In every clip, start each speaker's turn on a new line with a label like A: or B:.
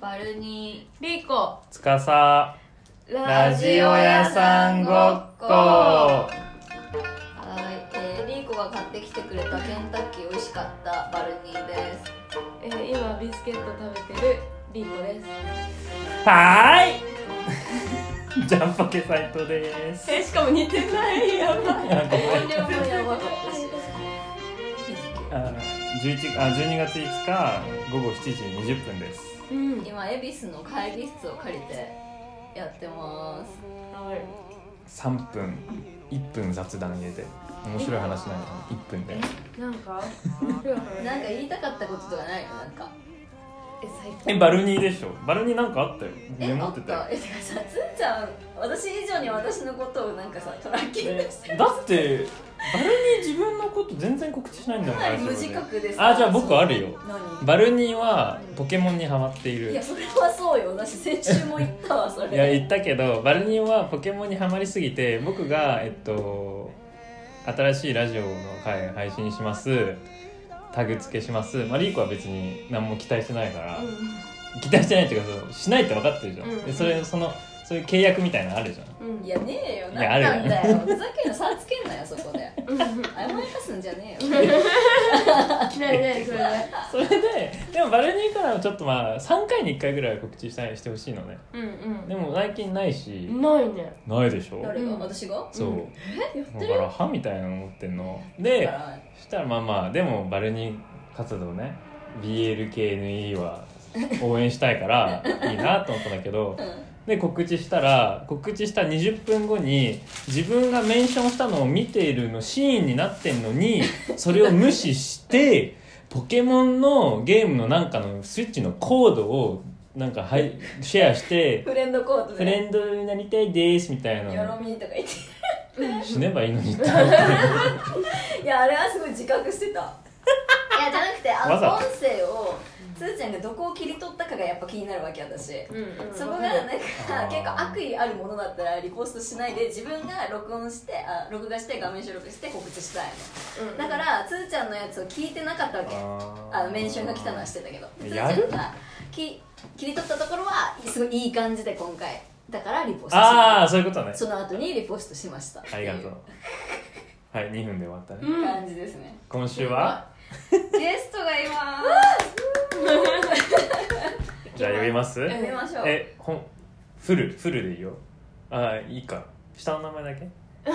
A: バルニ
B: リーコ
C: つかさラジオ屋さんごっこ
A: はい、えー、リーコが買ってきてくれたケンタッキー美味しかったバルニーです
B: えー、今ビスケット食べてるリーコです
C: はーい ジャンポケ斉藤です
B: えしかも似てないやば
C: あ
B: い
C: ごめ
A: 音
C: ん
A: 量もやばかったし
C: あ11あ12月5日午後7時20分です
B: うん
A: 今恵比寿の会議室を借りてやってます
B: はい
C: 3分1分雑談入れて面白い話ないのかな1分で
B: なんか面白い話
A: なんか言いたかったこととかないのなんか
B: え最
C: えバルニーでしょバルニーなんかあったよメ
A: え
C: モ
A: あ
C: っ
A: って
C: たよ
A: たえてかさつーちゃん私以上に私のことをなんかさトラッキングして
C: えだってバルニー自分のこと全然告知しないんだもん
A: かなり
C: ラジ
A: 無
C: オで
A: 自覚です
C: あじゃあ僕あるよ
A: 何
C: バルニーはポケモンにハマっている
A: いやそれはそうよ私先週も言ったわそれ
C: いや言ったけどバルニンはポケモンにはまりすぎて僕がえっと新しいラジオの回配信しますタグ付けしますまあリーコは別に何も期待してないから、期待してないっていうかそうしないって分かってるじゃん、
B: うん
C: でそれそのそういう契約みたいなのあるじゃん
B: うんうん
A: いやねえよ
C: い
A: な
C: やあ
A: ん
C: るよ
A: なんだよふざけんな差つけんなよそこで
B: うん
A: 甘やかすんじゃねえよ
B: いきなりねそれで
C: それででもバルニーからはちょっとまあ3回に1回ぐらいは告知したいしてほしいのね
B: うん
C: でも最近ないし
B: う、んないね
C: ないでしょ
A: 誰が
B: うん
A: 私が
C: そう、
B: うん
C: だから歯みたいなの持ってんので、そしたらまあまあでもバルニー活動ね BLKNE は応援したいから いいなと思ったんだけどで告知したら告知した20分後に自分がメンションしたのを見ているのシーンになってん のにそれを無視してポケモンのゲームのなんかのスイッチのコードをなんかはいシェアして
A: フレンドコート
C: フレ
A: で
C: ンドになりたいですみたい
A: よ
C: な
A: ろみとか言っ
C: 死ねばいいのにって思って
A: ていやあれはすごい自覚してたいやじゃなくてあの
C: わざと
A: 音声をつーちゃんがどこを切り取ったかがやっぱ気になるわけ私
B: うんうん
A: そこがなんか
C: あー
A: 結構悪意あるものだったらリポストしないで自分が録音してあ録画して画面収録して告知したいのだからつーちゃんのやつを聞いてなかったわけあのメンションが来たのはしてたけどつーち
C: や
A: ゃ
C: る
A: んがき切り取ったところはすごいいい感じで今回だからリポストし
C: ああ
A: まし
C: そういうことね
A: たその後にリポストしました
C: ありがとうはい2分で終わったね、
B: うん
A: 感じですね
C: 今週は
A: ゲストがいます
C: じゃあ呼びます
B: え
A: やめましょう
C: えほんフルフルでいいよああいいか下の名前だけ
A: じ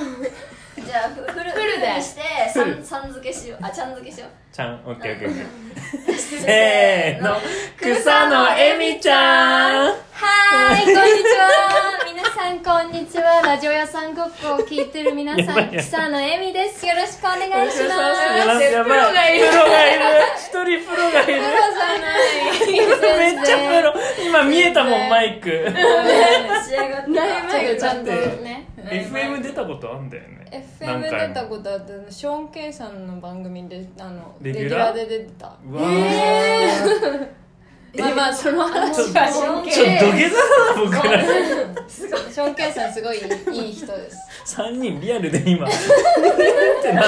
A: ゃあフルフル
B: フルで
A: にして
C: フ
A: さ
C: ル
A: んさん付けしようあちゃん付けしよう
C: ちゃんオッケーオッケーオッケー
A: せ
C: せーの草野えみちゃん
D: はーい、こんにちは。皆さん、こんにちは。ラジオ屋さんごっこを聞いてる皆
C: や
D: さ
C: ばいや
D: ん、
C: ばい
D: 草野恵美です。よろしくお願いします。プロ
C: やばいやばいプロがいる一人プロがいる
D: じゃない。
C: めっちゃプロ今見えたもんマイク
A: 仕上がって
D: な
A: た
D: いまよ、ちゃんと
C: だって
D: ね。
C: FM 出たことあんだよね何
D: FM
C: 回も
D: 出たことあって、ショーン・ケイさんの番組で、あの、
C: レ
D: レ
C: ギ
D: ギ
C: ュ
D: ュ
C: ラー
D: ラーで出てた。
C: うわー
D: 今、その話はショーン・ケイ
C: ちょっと土下座だな僕ら
D: ショーン・ケイさん、すごいいいいい人です。
C: 三人リアルで今 ってなる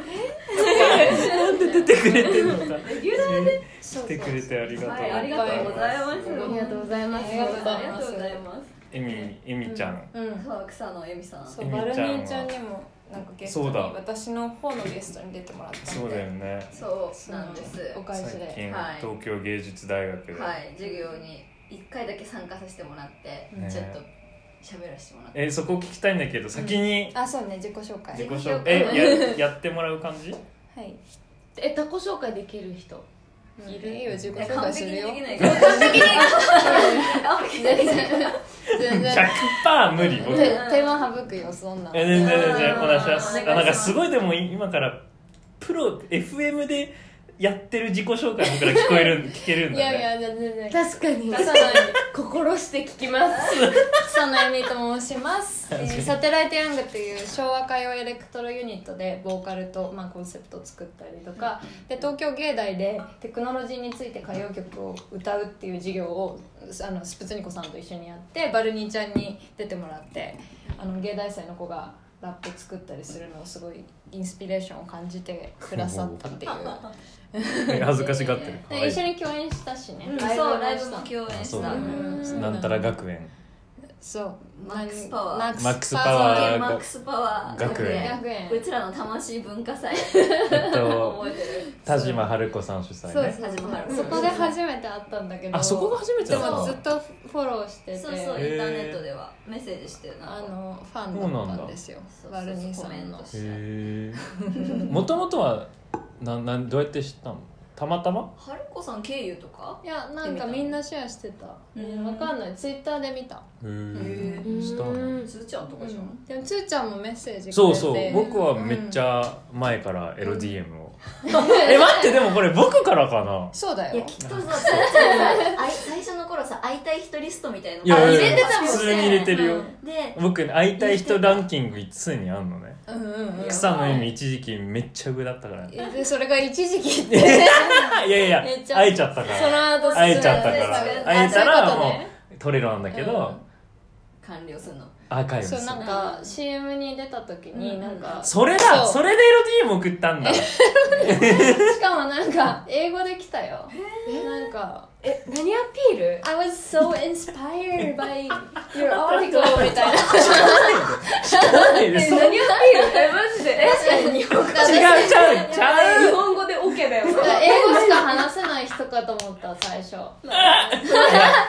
C: なんで出てくれてんのか来てくれてありがとう
A: はいありがとうございます
D: ありがとうございます。
A: ありがとうござい
D: す。
A: ます
C: エミエミちゃん、
D: うん。
A: そう草野恵美さん
D: そ
C: え
D: う
C: み
D: バルニ
C: ちゃんは
D: ーちゃんにもなんかゲスト
C: そう
D: に
C: だ
D: 私の方のゲストに出てもらったんで
C: そうだよね
A: そうなんです
D: お返
C: 最
D: しで
C: 近、
A: はい
C: 東京芸術大学で、
A: はい授業に1回だけ参加させてもらって
C: ね
A: ちょっと喋らせてもらって
C: えそこ聞きたいんだけど先に
D: あそうね自己紹介
C: 自己
D: は
C: 紹介、
A: 自己紹介
C: えややってもらう感じ
D: い
B: えタコ紹介できる人いる
D: いいよ自己紹
A: 完
D: 介す
A: 璧
D: る
A: に
D: よ
A: できないから完璧に完璧に できない
D: 全然
C: 100%無理僕
D: 手手間省くよそんな
C: え全然全然お願いします
A: お願いします
C: あなんかすごいでも今からプロ FM でやってる自己紹介僕ら聞こえる聞けるん
D: い
C: だね
D: やいや全然
B: 確かに
D: 出さない
B: 心して聞きます
D: 草野恵美と申し ます、えーサテライトヤングという昭和歌謡エレクトロユニットでボーカルと、まあ、コンセプトを作ったりとかで東京芸大でテクノロジーについて歌謡曲を歌うっていう授業をあのスプツニコさんと一緒にやってバルニーちゃんに出てもらってあの芸大生の子がラップ作ったりするのをすごいインスピレーションを感じてくださったっていう
C: 恥ずかしがってる可
D: で
C: 愛い
D: 一緒に共演したしね、
A: うん
D: ライブ
A: そう
D: も
A: ライ
D: し
A: ブ
D: た
A: も共演し
C: あ
A: た
C: そううだね
A: ん
D: 一緒
C: なんたら学園
D: そう
A: マックスパワー
D: マックス
C: マックスパ
A: マ
C: ワー
A: ックスパワー
C: 学園
D: 学園
A: うちらの魂文化祭
C: えっと
A: 覚えてる
C: 田島春子さん主催
D: そう
C: ね
D: そう
A: 始まる
D: そこで初めて会ったんだけど
C: あそこが初めて
D: で
C: だった
D: も
C: の
D: ずっとフォローしてて
A: そうそうイ
C: へー
A: ンターネットではメッセージしてるな
D: あ
A: んか
D: のファンだったんですよ
A: そうな
D: バ
A: んだ
D: ルニーさ
A: そうそうんコメン
D: の
A: ト
C: へえもともとはなんなんどうやって知ったのたまたま
A: 春子さん経由とか
D: いやなんかみんなシェアしてた
A: うん
D: わかんないツイッターで見た
C: へ
A: へ
C: えしたの
A: つーちゃんとかじゃん
D: でもつーちゃんもメッセージくれて
C: そうそう僕はめっち
D: ゃ、
C: ゃ前から LDM を、
D: うん
C: え待ってでもこれ僕からかな
D: そうだ
A: いや
D: よ
A: きっとさ、つーちゃんさあい最初の頃さ会いたい人リストみたいの
C: いや
A: あ
C: い
A: 入れ
C: や
A: てたもんね
C: 普通に入れてるよ、
A: で
C: 僕ね会いたい人ランキング常にあんのね
D: うんうんうん
C: 草の意味一時期めっちゃ上だったからね
D: えでそれが一時期って
C: いやいや
D: めっちゃ
C: 会えちゃったか
D: そ
C: ら
D: の後
C: 会えちゃったか
A: そうそう
C: ら
A: そう
C: 会えた
D: あ
C: ら
D: そう
C: も
D: いうことね
C: う取れるんだけど、
D: うん
A: 完了するの
C: アーカイブす
D: そう
C: る
D: なんか CM に出た時になんか、
C: それだ
D: そう
C: それで LDM 送ったんだ
D: しかもなんか英語で来たよえなんか
B: え何アピール
D: I was so inspired by your article みたいな
C: 知らないで
B: え
C: す違う
B: 何アピールえマジでえ
A: 確 かに日本語
C: 違う違
B: 日
C: う
B: 本語で OK だよそ れ
D: 英語しか話せない人かと思った最初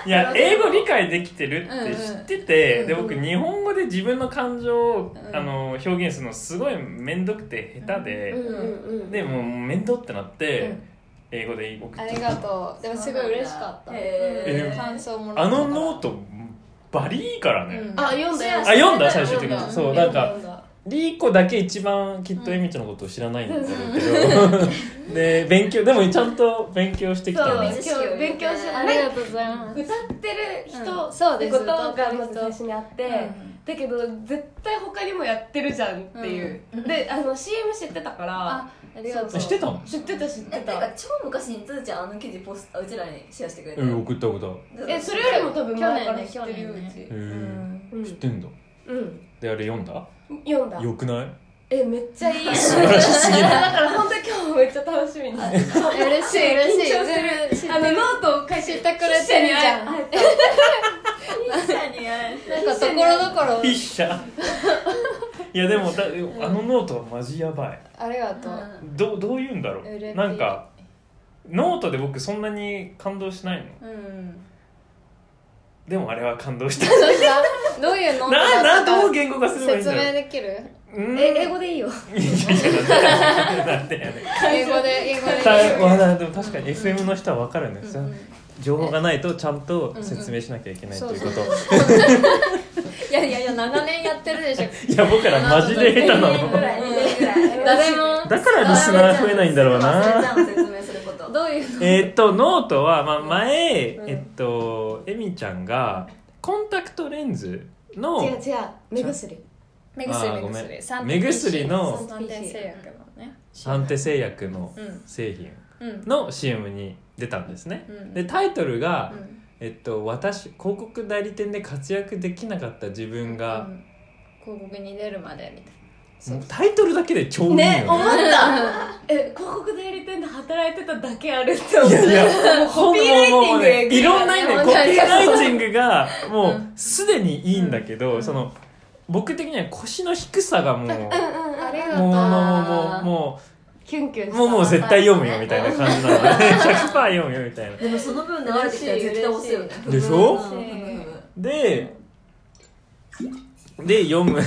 C: いや英語理解できてるって知ってて、
D: うんうん
C: で僕日本語で自分の感情を、
D: うん
C: あの表現するのすごい面倒くて下手で、
D: うん
B: うん
C: でもう面倒ってなって、
D: うん
C: 英語で送っ
D: あ
C: て
D: りがとうでもすごい嬉しかった
A: へ
C: ー
D: 感想もら
C: あ
D: ったから
C: のノートバリいいからね、
D: うん
B: あ読んだよ
C: あ読んだ最終的
D: 読ん
C: に
D: だ
C: そうなんかリーコだけ一番きっとエミちゃんのことを知らないんだろうけど、 で勉強でもちゃんと勉強してきたの
B: そう
C: ね
B: 勉強勉強し
D: あ
B: な
D: り
B: い
D: がとうございます
B: 歌ってる
D: う
B: 人
D: んそうです
B: ってことがまず最初にあって、
D: うん
B: だけど絶対他にもやってるじゃんっていう、であの CM 知ってたから
D: あありがと
B: そうう
C: 知ってたの
B: 知ってた知って
A: えてか
B: た
A: 超昔につーちゃんあの記事ポストうちらにシェアしてくれた
C: う
A: よ
C: ん送ったことある
B: えそれよりも多分前から知
D: 去
B: って
D: 年ね
B: るよう
D: 去
B: ち
C: へえ
B: うん
C: 知ってんだ
B: うん
C: であれ読んだ
B: 読んだ
C: よくない
B: えめっち ゃいい
C: 素晴らしすぎる
B: だから本当に今日もめっちゃ楽しみにしてる
D: 嬉しい嬉しい
B: 緊張する
D: 全部知って
B: あのノートを書い
D: 知
B: て
D: ってくれてるじゃん
B: あ
D: なんか
A: 確かにね
D: ところどころ
C: 筆者いやでもだあのノートはマジやばい
D: ありがとう
C: どうどういうんだろ
D: うれ
C: う
D: ぴ
C: なんかノートで僕そんなに感動しないの
D: うん
C: でもあれは感動した
D: そうしたどういうノート
C: な
D: だ
C: な
D: っ
C: どう
D: たか
C: 言語化すればいいん
D: 説
C: だろ
D: 明
C: う
D: できる
C: うん
B: え英語でいいよ
C: いやいやだからなんでやねん
D: 英語で英語 で
C: たわなでも確かに FM の人は分かるね、
D: うん
C: その情報がないとちゃんと説明しなきゃいけない
D: うん
C: と
D: うん
C: いうこと、
D: いやいやいや長年やってるでしょ
C: いや僕らマジで下手な
A: 2年ぐ
C: の
A: らい2年ぐらい
D: 誰も
C: だからリスナー増えないんだろう
A: つーち
C: な
A: ゃんを説明すること
D: どういう
C: えーっとノートは、まあ、前、
D: うん
C: えっとエミちゃんがコンタクトレンズの
B: 違う違う目薬
D: 目
C: あ
D: 薬
C: ーご
D: 目
C: めん
D: 薬三
C: 目薬の
D: 三点製薬のね
C: アンテ製薬の
D: うん
C: 製品
D: うん
C: の CM に出たんですね、
D: うん
C: でタイトルが、
D: うん
C: えっと「私広告代理店で活躍できなかった自分が」
D: うん広告に出るまでみたい
C: もうタイトルだけで超いいよ
B: ね思った
D: な
B: え広告代理店で働いてただけあるって思っ
C: い
B: た
C: やいや、
B: コピーライティング
C: もうもうねいろんな意味で
D: もう
C: コピー
D: ありがとう
C: ライティングがも
D: う
C: うすでにいいんだけど、
D: うん
C: その僕的には腰の低さがもう、
D: ありがとう
C: もうもうも
B: キュンキュン
C: うもう
B: した
C: もうもう絶対読むよみたいな感じなの で、ね、100%読むよみたいな。
A: でもその分流れてきたら絶対押すよね
C: でしょ
A: うんうんうんうん
C: で、で 読むごめ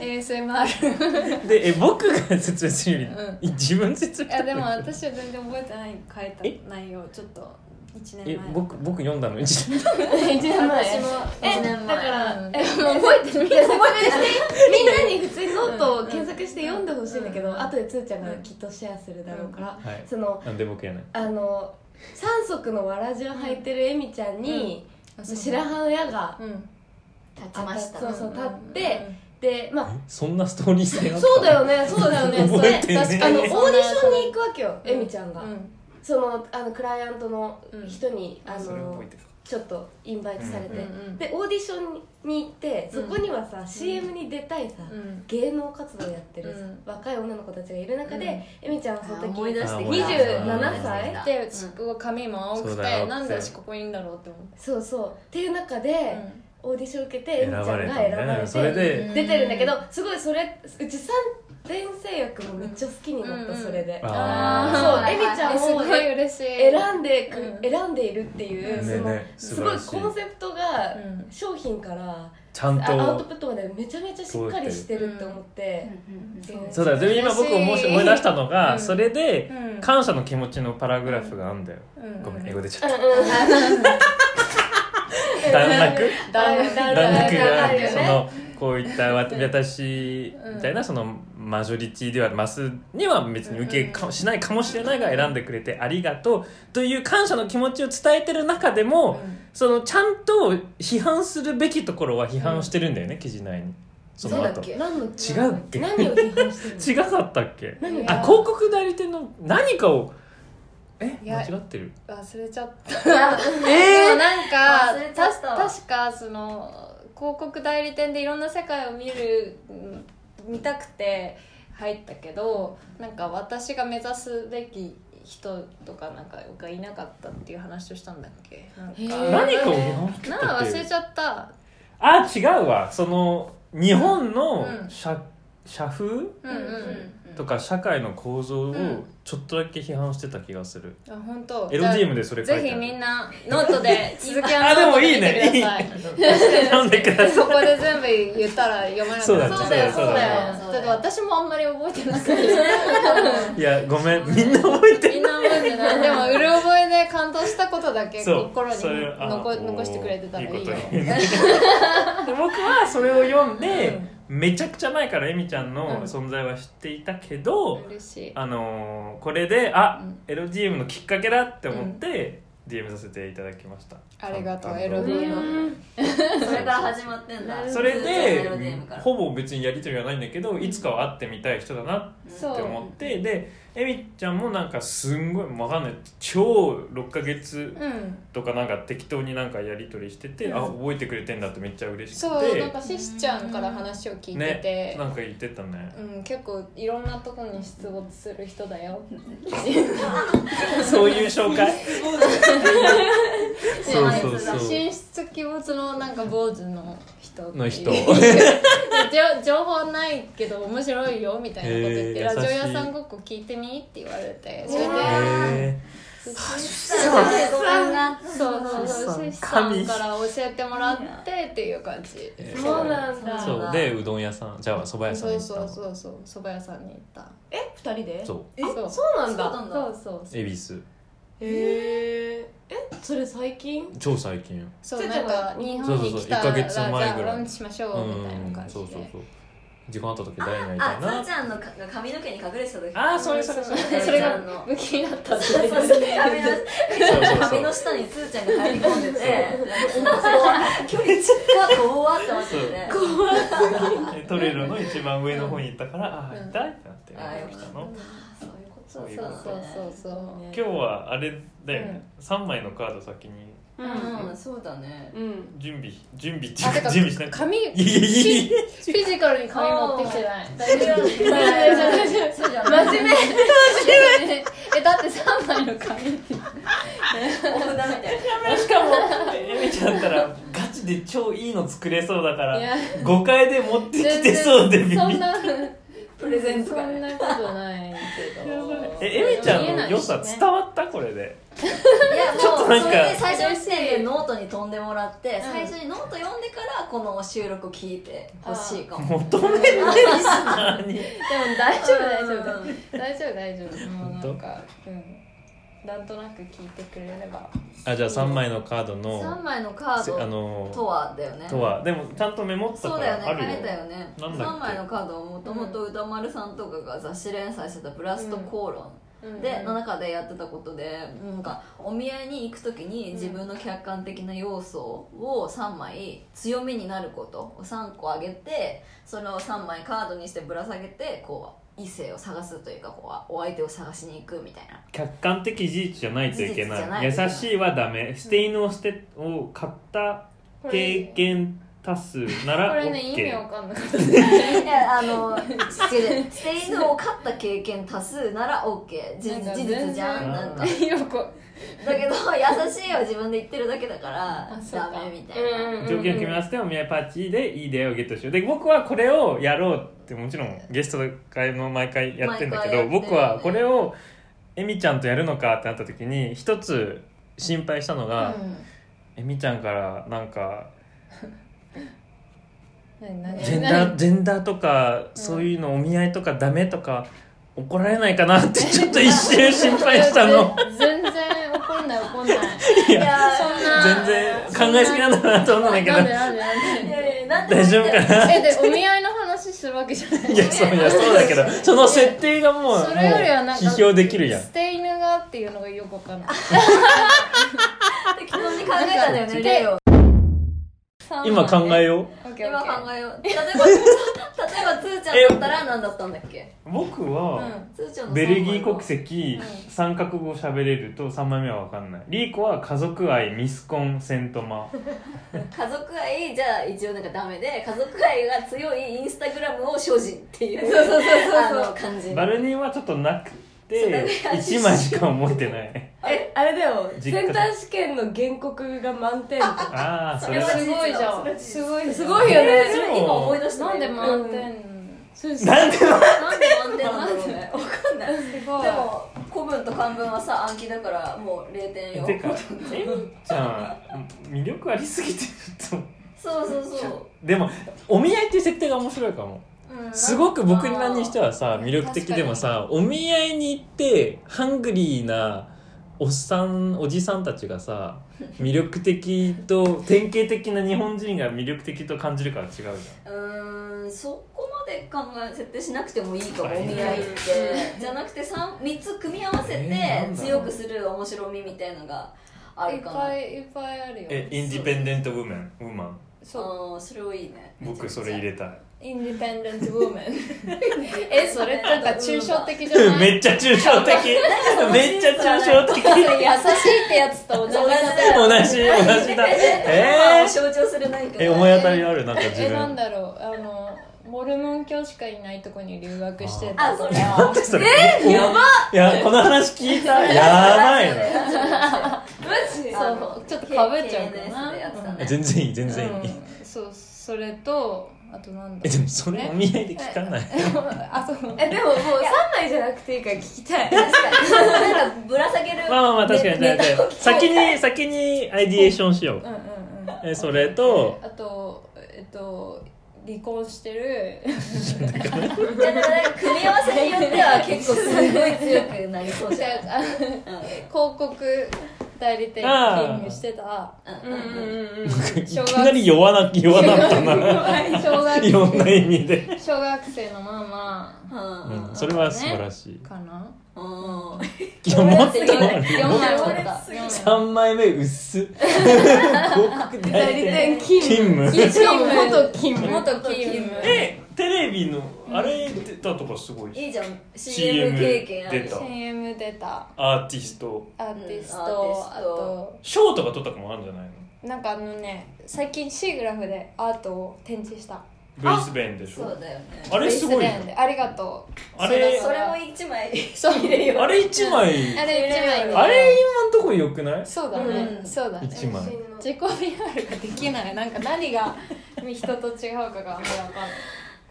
D: ASMR
C: んでえ僕が説明するより、自分説
D: い
C: 明
D: やでも私は全然覚えてない書い
C: え
D: た内容ちょっと一年前
C: え僕僕読んだのに自分
B: 1年
D: 私も
A: 一
B: え
A: 年前
B: だから、
D: うん
B: えもう覚えてみんな説明してみんなに普通にノートを検索して読んでほしいんだけど、
D: うん
B: 後でつーちゃんがきっとシェアするだろうから、
C: はい
B: その
C: なんで僕やない
B: あの三足のわらじを履いてるえみちゃんに、白羽の矢が
D: うん
A: 立ちました
B: そうそう立ってでまあ
C: そんなストーリー性あった
B: そうだよねそうだよねそ
C: 覚え
B: れ
C: てね
D: 確
B: あ
D: か
B: の
D: に
B: オーディションに行くわけよえみちゃんが、
D: うん
B: そのあのクライアントの人に、あ
C: それ
B: の
C: 覚えてる
B: ちょっとインバイトされて、
C: うん
D: うん
B: でオーディションに行ってそこにはさ、CM に出たいさ、
D: うん
B: 芸能活動やってるさ、
D: うん
B: 若い女の子たちがいる中で、えみちゃんはその時
A: 思い出してきた
B: 27歳
A: うん
D: で私こう髪も青
C: そう
D: く
C: だよ
D: てなんで私ここいいんだろうって思って
B: そうそうっていう中で、オーディション受けてえ
C: 選
B: みちゃん
C: ば
B: が
C: れ
B: 選
C: た
B: ば
C: ん
B: れ
C: だね
B: て
C: それで
B: 出てるんだけどすごいそれうち三連星役もめっちゃ好きになった、
D: うんうん
B: それで
C: あ
B: そうえみちゃん
D: えす
B: を
D: ごい嬉しい
B: 選んでく、
D: うん
B: 選んでいるっていう、
C: ね
B: その
C: ね
B: すごい
C: 素晴らしい
B: コンセプトが
D: うん
B: 商品から、
C: ちゃん
B: あアウト
C: と
B: プットまでめちゃめちゃしっかりしてるって思って、
D: ん
C: そうだでも今僕思い
D: 嬉しい
C: 思い出したのが、
D: うん
C: それで
D: うん
C: 感謝の気持ちのパラグラフがあるんだよ、
D: うん
C: ごめん英語出ちゃ
B: う
C: っ
B: ん
C: た、
B: うん
C: 段落
D: だ
B: だ
D: ん
B: だ
D: だ
B: ん
D: ん
C: 段落があ
B: あ
C: っ
B: る
C: て
B: よ
C: そ
B: ね
C: のこういったわ私みたいなそのマジョリティではマスには別に受けかしないかもしれないが選んでくれてありがとうという感謝の気持ちを伝えてる中でもそのちゃんと批判するべきところは批判をしてるんだよね記事内にその後違
B: 何の違
C: うっけ
B: 何を批判してるの
C: かったっけ
B: 何
C: あ広告代理店の何かをえ
D: いや
C: 間違ってる
D: 忘れちゃったでも
A: え
D: なんか
A: 忘れちゃ
D: た
A: った
D: 確かその広告代理店でいろんな世界を見るうん見たくて入ったけどなんか私が目指すべき人とかなんかがいなかったっていう話をしたんだっけなん
B: へ
D: か
B: ー
C: 何かを批判してた
D: な
C: っ
D: あ
C: ていう
D: 忘れちゃった
C: あ違うわその日本の
D: うん
C: 社,、社風
D: うんうん
C: とか社会の構造を
D: ん
C: ちょっとだけ批判してた気がする、
D: あ本当
C: LDM でそれ書い
D: ぜ
C: て
D: ひ
C: あ
D: みん
C: る
D: なノートで続きは
C: あで
D: ノー
C: も
D: ト
C: い
D: で
C: い
D: 見
C: ね
D: て
C: い
D: く
C: い
D: ださい
C: 読んでください
D: そこで全部言ったら読まなかった
C: そうだね
A: そうだよそうだよ
D: ちょっと私もあんまり覚えてなくて
C: いやごめんみんな覚えてる
D: みんな覚えてないでもうる覚えで感動したことだけ
C: そう
D: 心に
C: それあ
D: 残
C: おー
D: 残してくれてたらいいよ
C: いいことに で僕はそれを読んで、めちゃくちゃ前からエミちゃんの存在は知っていたけど、
D: 嬉しい
C: あのーこれであ、
D: うん
C: LDM のきっかけだって思って、DM させていただきました
D: ありがとう
C: 担当
D: LDM
A: それから始まってんだ
C: それで
A: メロディームから
C: ほぼ別にやり取りはないんだけどいつかは会ってみたい人だなっ
D: そう
C: て思ってでエミちゃんもなんかすんごいわかんない超6ヶ月
D: うん
C: とかなんか適当になんかやり取りしてて、
D: うん
C: あ覚えてくれてんだってめっちゃ嬉しく
D: そうなん
C: て
D: かししちゃんから話を聞いて
C: ね
D: て
C: なんか言ってたね
D: うん結構いろんなとこに出没する人だよ
C: そういう紹介 そう
A: あい
C: そう
A: つだ
C: そう
D: 神出鬼没のなんか坊主の人
C: の人
D: 情情報ないけど面白いよみたいなこと言って、
C: へー
D: ラジオ
C: 優しい
D: 屋さんごっこ聞いてみって言われてそれで
A: うわ
C: へ
D: そうそうそう
C: 神
D: シシさんから教えてもらってっていう感じ
C: え
B: そうなんだ
C: ーそうでうどん屋さんじゃあそば屋さん
D: そ
C: に
D: う
C: 行った
D: そ
C: の
D: うそうそう蕎麦屋さんに行った
B: え二人で
C: そう
B: え
D: そう
B: そうなん
A: そうな
B: だ
A: ん
D: そうそう
C: 恵比寿
B: へええそれ最近
C: 超最近よ
D: そうなんか日
C: そう
D: 本
C: そう
D: に
C: そう
D: 来た
C: 1
D: ら
C: ヶ
D: じ
C: 月前ぐらい
D: ゃあランチしましょうみたいな感じで
C: そうそうそう時間あった時誰になりたいな
A: あつーちゃんのか髪の毛に隠れてた時
C: あーそれそれそれ
A: そう
D: それが武器になったって
A: そうそう髪の
C: うそうそう
A: 髪の下につーちゃんが入り込んでてなんかそこは距離近っ怖ってましたよね
C: えトレーラーの一番上の方に行ったから、ああー痛いってなって、
A: うん
C: あー来たの
A: そういうこ
D: そうそうそうそうそう
C: 今日はあれだよね、三枚のカード先に
B: う
A: と
B: ん
A: うんそうだ ね
B: うん
C: 準備準備って
D: あ
C: い
D: て
C: うか
D: か
C: 準備しなくて
D: 髪
C: いやいやいやいや
D: フィジカルに髪持ってきてない
A: 大丈夫
D: 大丈夫大 丈
A: そうじゃ
D: 夫
A: ない
D: 真面目真面目えだって3枚の髪って
A: お札みたいな
C: しかもエミちゃんったらガチで超いいの作れそうだか
D: い
C: ら
D: や
C: 誤解で持ってきてそうでビビっ
D: そんな
A: プレゼント
D: そ
A: が
D: ん
A: ね
D: なことないけど
C: えエミちゃん
D: 見えな
C: の
D: いしね
C: 良さ伝わったこれで
A: いやもう
C: ちょっとなんか
A: それで最初の時点でノートに飛んでもらって、最初にノート読んでからこの収録聞いてほしいかも
C: 求めて るしなに
D: でも大丈夫大丈夫
A: うん
D: 大丈夫大丈夫もう
C: 本
D: な
C: 当
D: んかうんなんとなく聞いてくれれば
C: あじゃあ3枚のカードの
A: 3枚のカー
C: せあ
A: ド
C: のー
A: とはだよね
C: とはでもちゃんとメモった
A: そ
C: か
A: うだよ
C: らあ
A: ね
C: るよ
A: 書いたよね
C: なんだっけ
A: 3枚のカードはもともと歌丸さんとかが雑誌連載してた「ブラストコーロン」での中でやってたことでなんかお見合いに行く時に自分の客観的な要素を3枚強みになることを3個あげてそれを3枚カードにしてぶら下げてこう異性を探すというかこうお相手を探しに行くみたいな
C: 客観的事実じゃないとい
A: 事
C: け
A: 実じゃ
C: な
A: ないい
C: 優しいはダメ捨て犬を捨てを買った
D: こ
C: 経
D: れ
C: 験多数な
D: こ
C: ら
D: れね意味
C: OK
D: わかんなかった
A: いやあの違う違う捨て犬を飼った経験多数なら OK 事
D: なんか
A: 事実じゃんなんかだ
D: よく
A: けど優しいは自分で言ってるだけだからダメみたいな、
C: 条件を決めましてお見合いパーティーでいい出会いをゲットしようで僕はこれをやろうってもちろんゲスト会も毎回やってん
A: 毎回やっ
C: だけど、
A: てるよね
C: 僕はこれをエミちゃんとやるのかってなった時に一つ心配したのが、エミちゃんからなんか
D: 何何
C: ジェンダージェンダーとかそういうのお見合いとかダメとか怒られないかなってちょっと一瞬心配したの
D: 全然怒んない怒ん ない
C: い
A: いや
C: や全然考えすぎなんだなと思うんだけど
D: なんでなんでなん
A: い
D: で
A: やいやなんでも
C: 大丈夫かな
D: えでお見合いの話するわけじゃない
C: いやそういやそうだけどその設定がもうもう
D: それよりはなんか
C: 批評できるやん
D: 捨て犬がっていうのがよくわかんない
A: 適当に考えたんだよね例を
C: 今考えよ
D: オッケーオ
A: 今
D: ッケー
A: 考えよう例えば 例えばつーちゃんだったら何だったんだっけ
C: う僕
D: う
C: は
D: ん
A: つーちゃんの
C: ベルギー国籍
D: う
C: 三角語喋れると3枚目は分かんないリーコは家族愛ミスコンセントマ
A: 家族愛じゃあ一応なんかダメで家族愛が強いインスタグラムを所持っていうあの感じ
C: バルニーはちょっとなく
A: それ
C: て
A: で
C: 1枚しか持ってない
B: えあれだよ
C: 実家
B: センター試験の原告が満点
C: ああそ
D: い
C: れ
D: や
C: は
D: すごいじ
A: それ
D: ゃ
A: は
D: んすごいじゃん
B: すごいよね
A: それ今思い出した
D: なんで
A: も
D: 満点
B: そうです
C: なんで
A: なんで満点なんだろうねわかんないです
D: ごい
A: も古文と漢文はさ暗記だからもう0点よ
C: てかエミちゃん魅力ありすぎてちょっと
A: そうそうそう
C: でもお見合いっていう設定が面白いかも
A: うん
C: すごく僕らにしてはさ魅力的でもさお見合いに行ってハングリーなおっさんおじさんたちがさ魅力的と典型的な日本人が魅力的と感じるから違うじゃん
A: うーんそこまで考え設定しなくてもいいかも
C: あ
A: お見合いってじゃなくて 3, 三つ組み合わせ
C: えーな
A: て
C: んだろ
A: 強
C: う
A: くする面白みみたいのがあ
D: い
A: る
D: っ
A: かな
D: ぱいいっぱいあるよ
C: えインディペンデントウーメンウーマン
D: そう
A: そうそれをいいね
C: 僕それ入れたい
D: インディペンデントウーメン えそれってなんか抽象的じゃない
C: めっちゃ抽象的めっちゃ抽象的
D: それ優しいってやつと同じだ
C: 同じ同じだえ
A: え
C: ー
A: 象徴する何か
C: え思い当たりあるなんか自
D: えなん
C: 分
D: だろうあのモルモン教しかいないとこに留学してた
A: あそれ
C: なん
A: は
C: でそれえやばいやこの話聞いたやばいの
A: マジ
D: そうちょっとかぶっちゃうか
A: KNS
D: な
A: でやってたね
C: 全然いい全然いい、
D: うん、そうそれとあとなんだ
C: えでもそれ
D: え
C: お見合いで聞かない
D: あと
B: えでももう3枚じゃなくていいから聞きたい
A: 確かになんかぶら下げる
C: まあまあまあ確かに
A: ね
C: 大
A: ネタを聞
C: 体
A: きたい
C: 先に先にアイディエーションしよう
D: うんうんうん
C: えそれと
D: あとえっと離婚してる
A: じゃあなんか組み合わせによっては結構すごい強くなりそうじゃん
D: あの広告代理店に
C: あー
D: 勤務してた
A: うんうんうん
B: うん
C: いきなり弱な弱なった な
D: 小学
C: いろんな意味で、
D: 小学生のママ
A: うん
C: うん、それは素晴らしい、
D: かな
A: うん
C: いやもっと
A: 四枚
D: 4枚取っ
A: 四枚
D: た四枚
C: 3枚目薄っ広告代
B: 代
C: 理店
B: 理店勤務
C: 勤務
B: しかも元勤務
D: 元勤務
C: えテレビのあれ出たとかすごいし
A: いいじゃん
C: CM
A: CM 経験ある
C: 出
A: した
D: CM 出た
C: アーティスト
D: アーティスト,、
A: うんアーティスト
D: あと
C: 賞とか取ったかもあるんじゃないの
D: なんかあのね最近シーグラフでアートを展示した
C: ブリスベンでし
A: そ
C: ょ
A: うだよね
C: あれすごい
D: ブ
C: よ
D: リスベンでありがとう
C: あれ
A: それも一枚
D: そう
A: 入れよう
C: あれ1枚
D: あれ一枚で
C: あれ今んとこよくない
D: そうだね、
A: うん
D: そうだね
C: 一枚
D: 自己 PR ができないなんか何が人と違うかがあんまり分かんない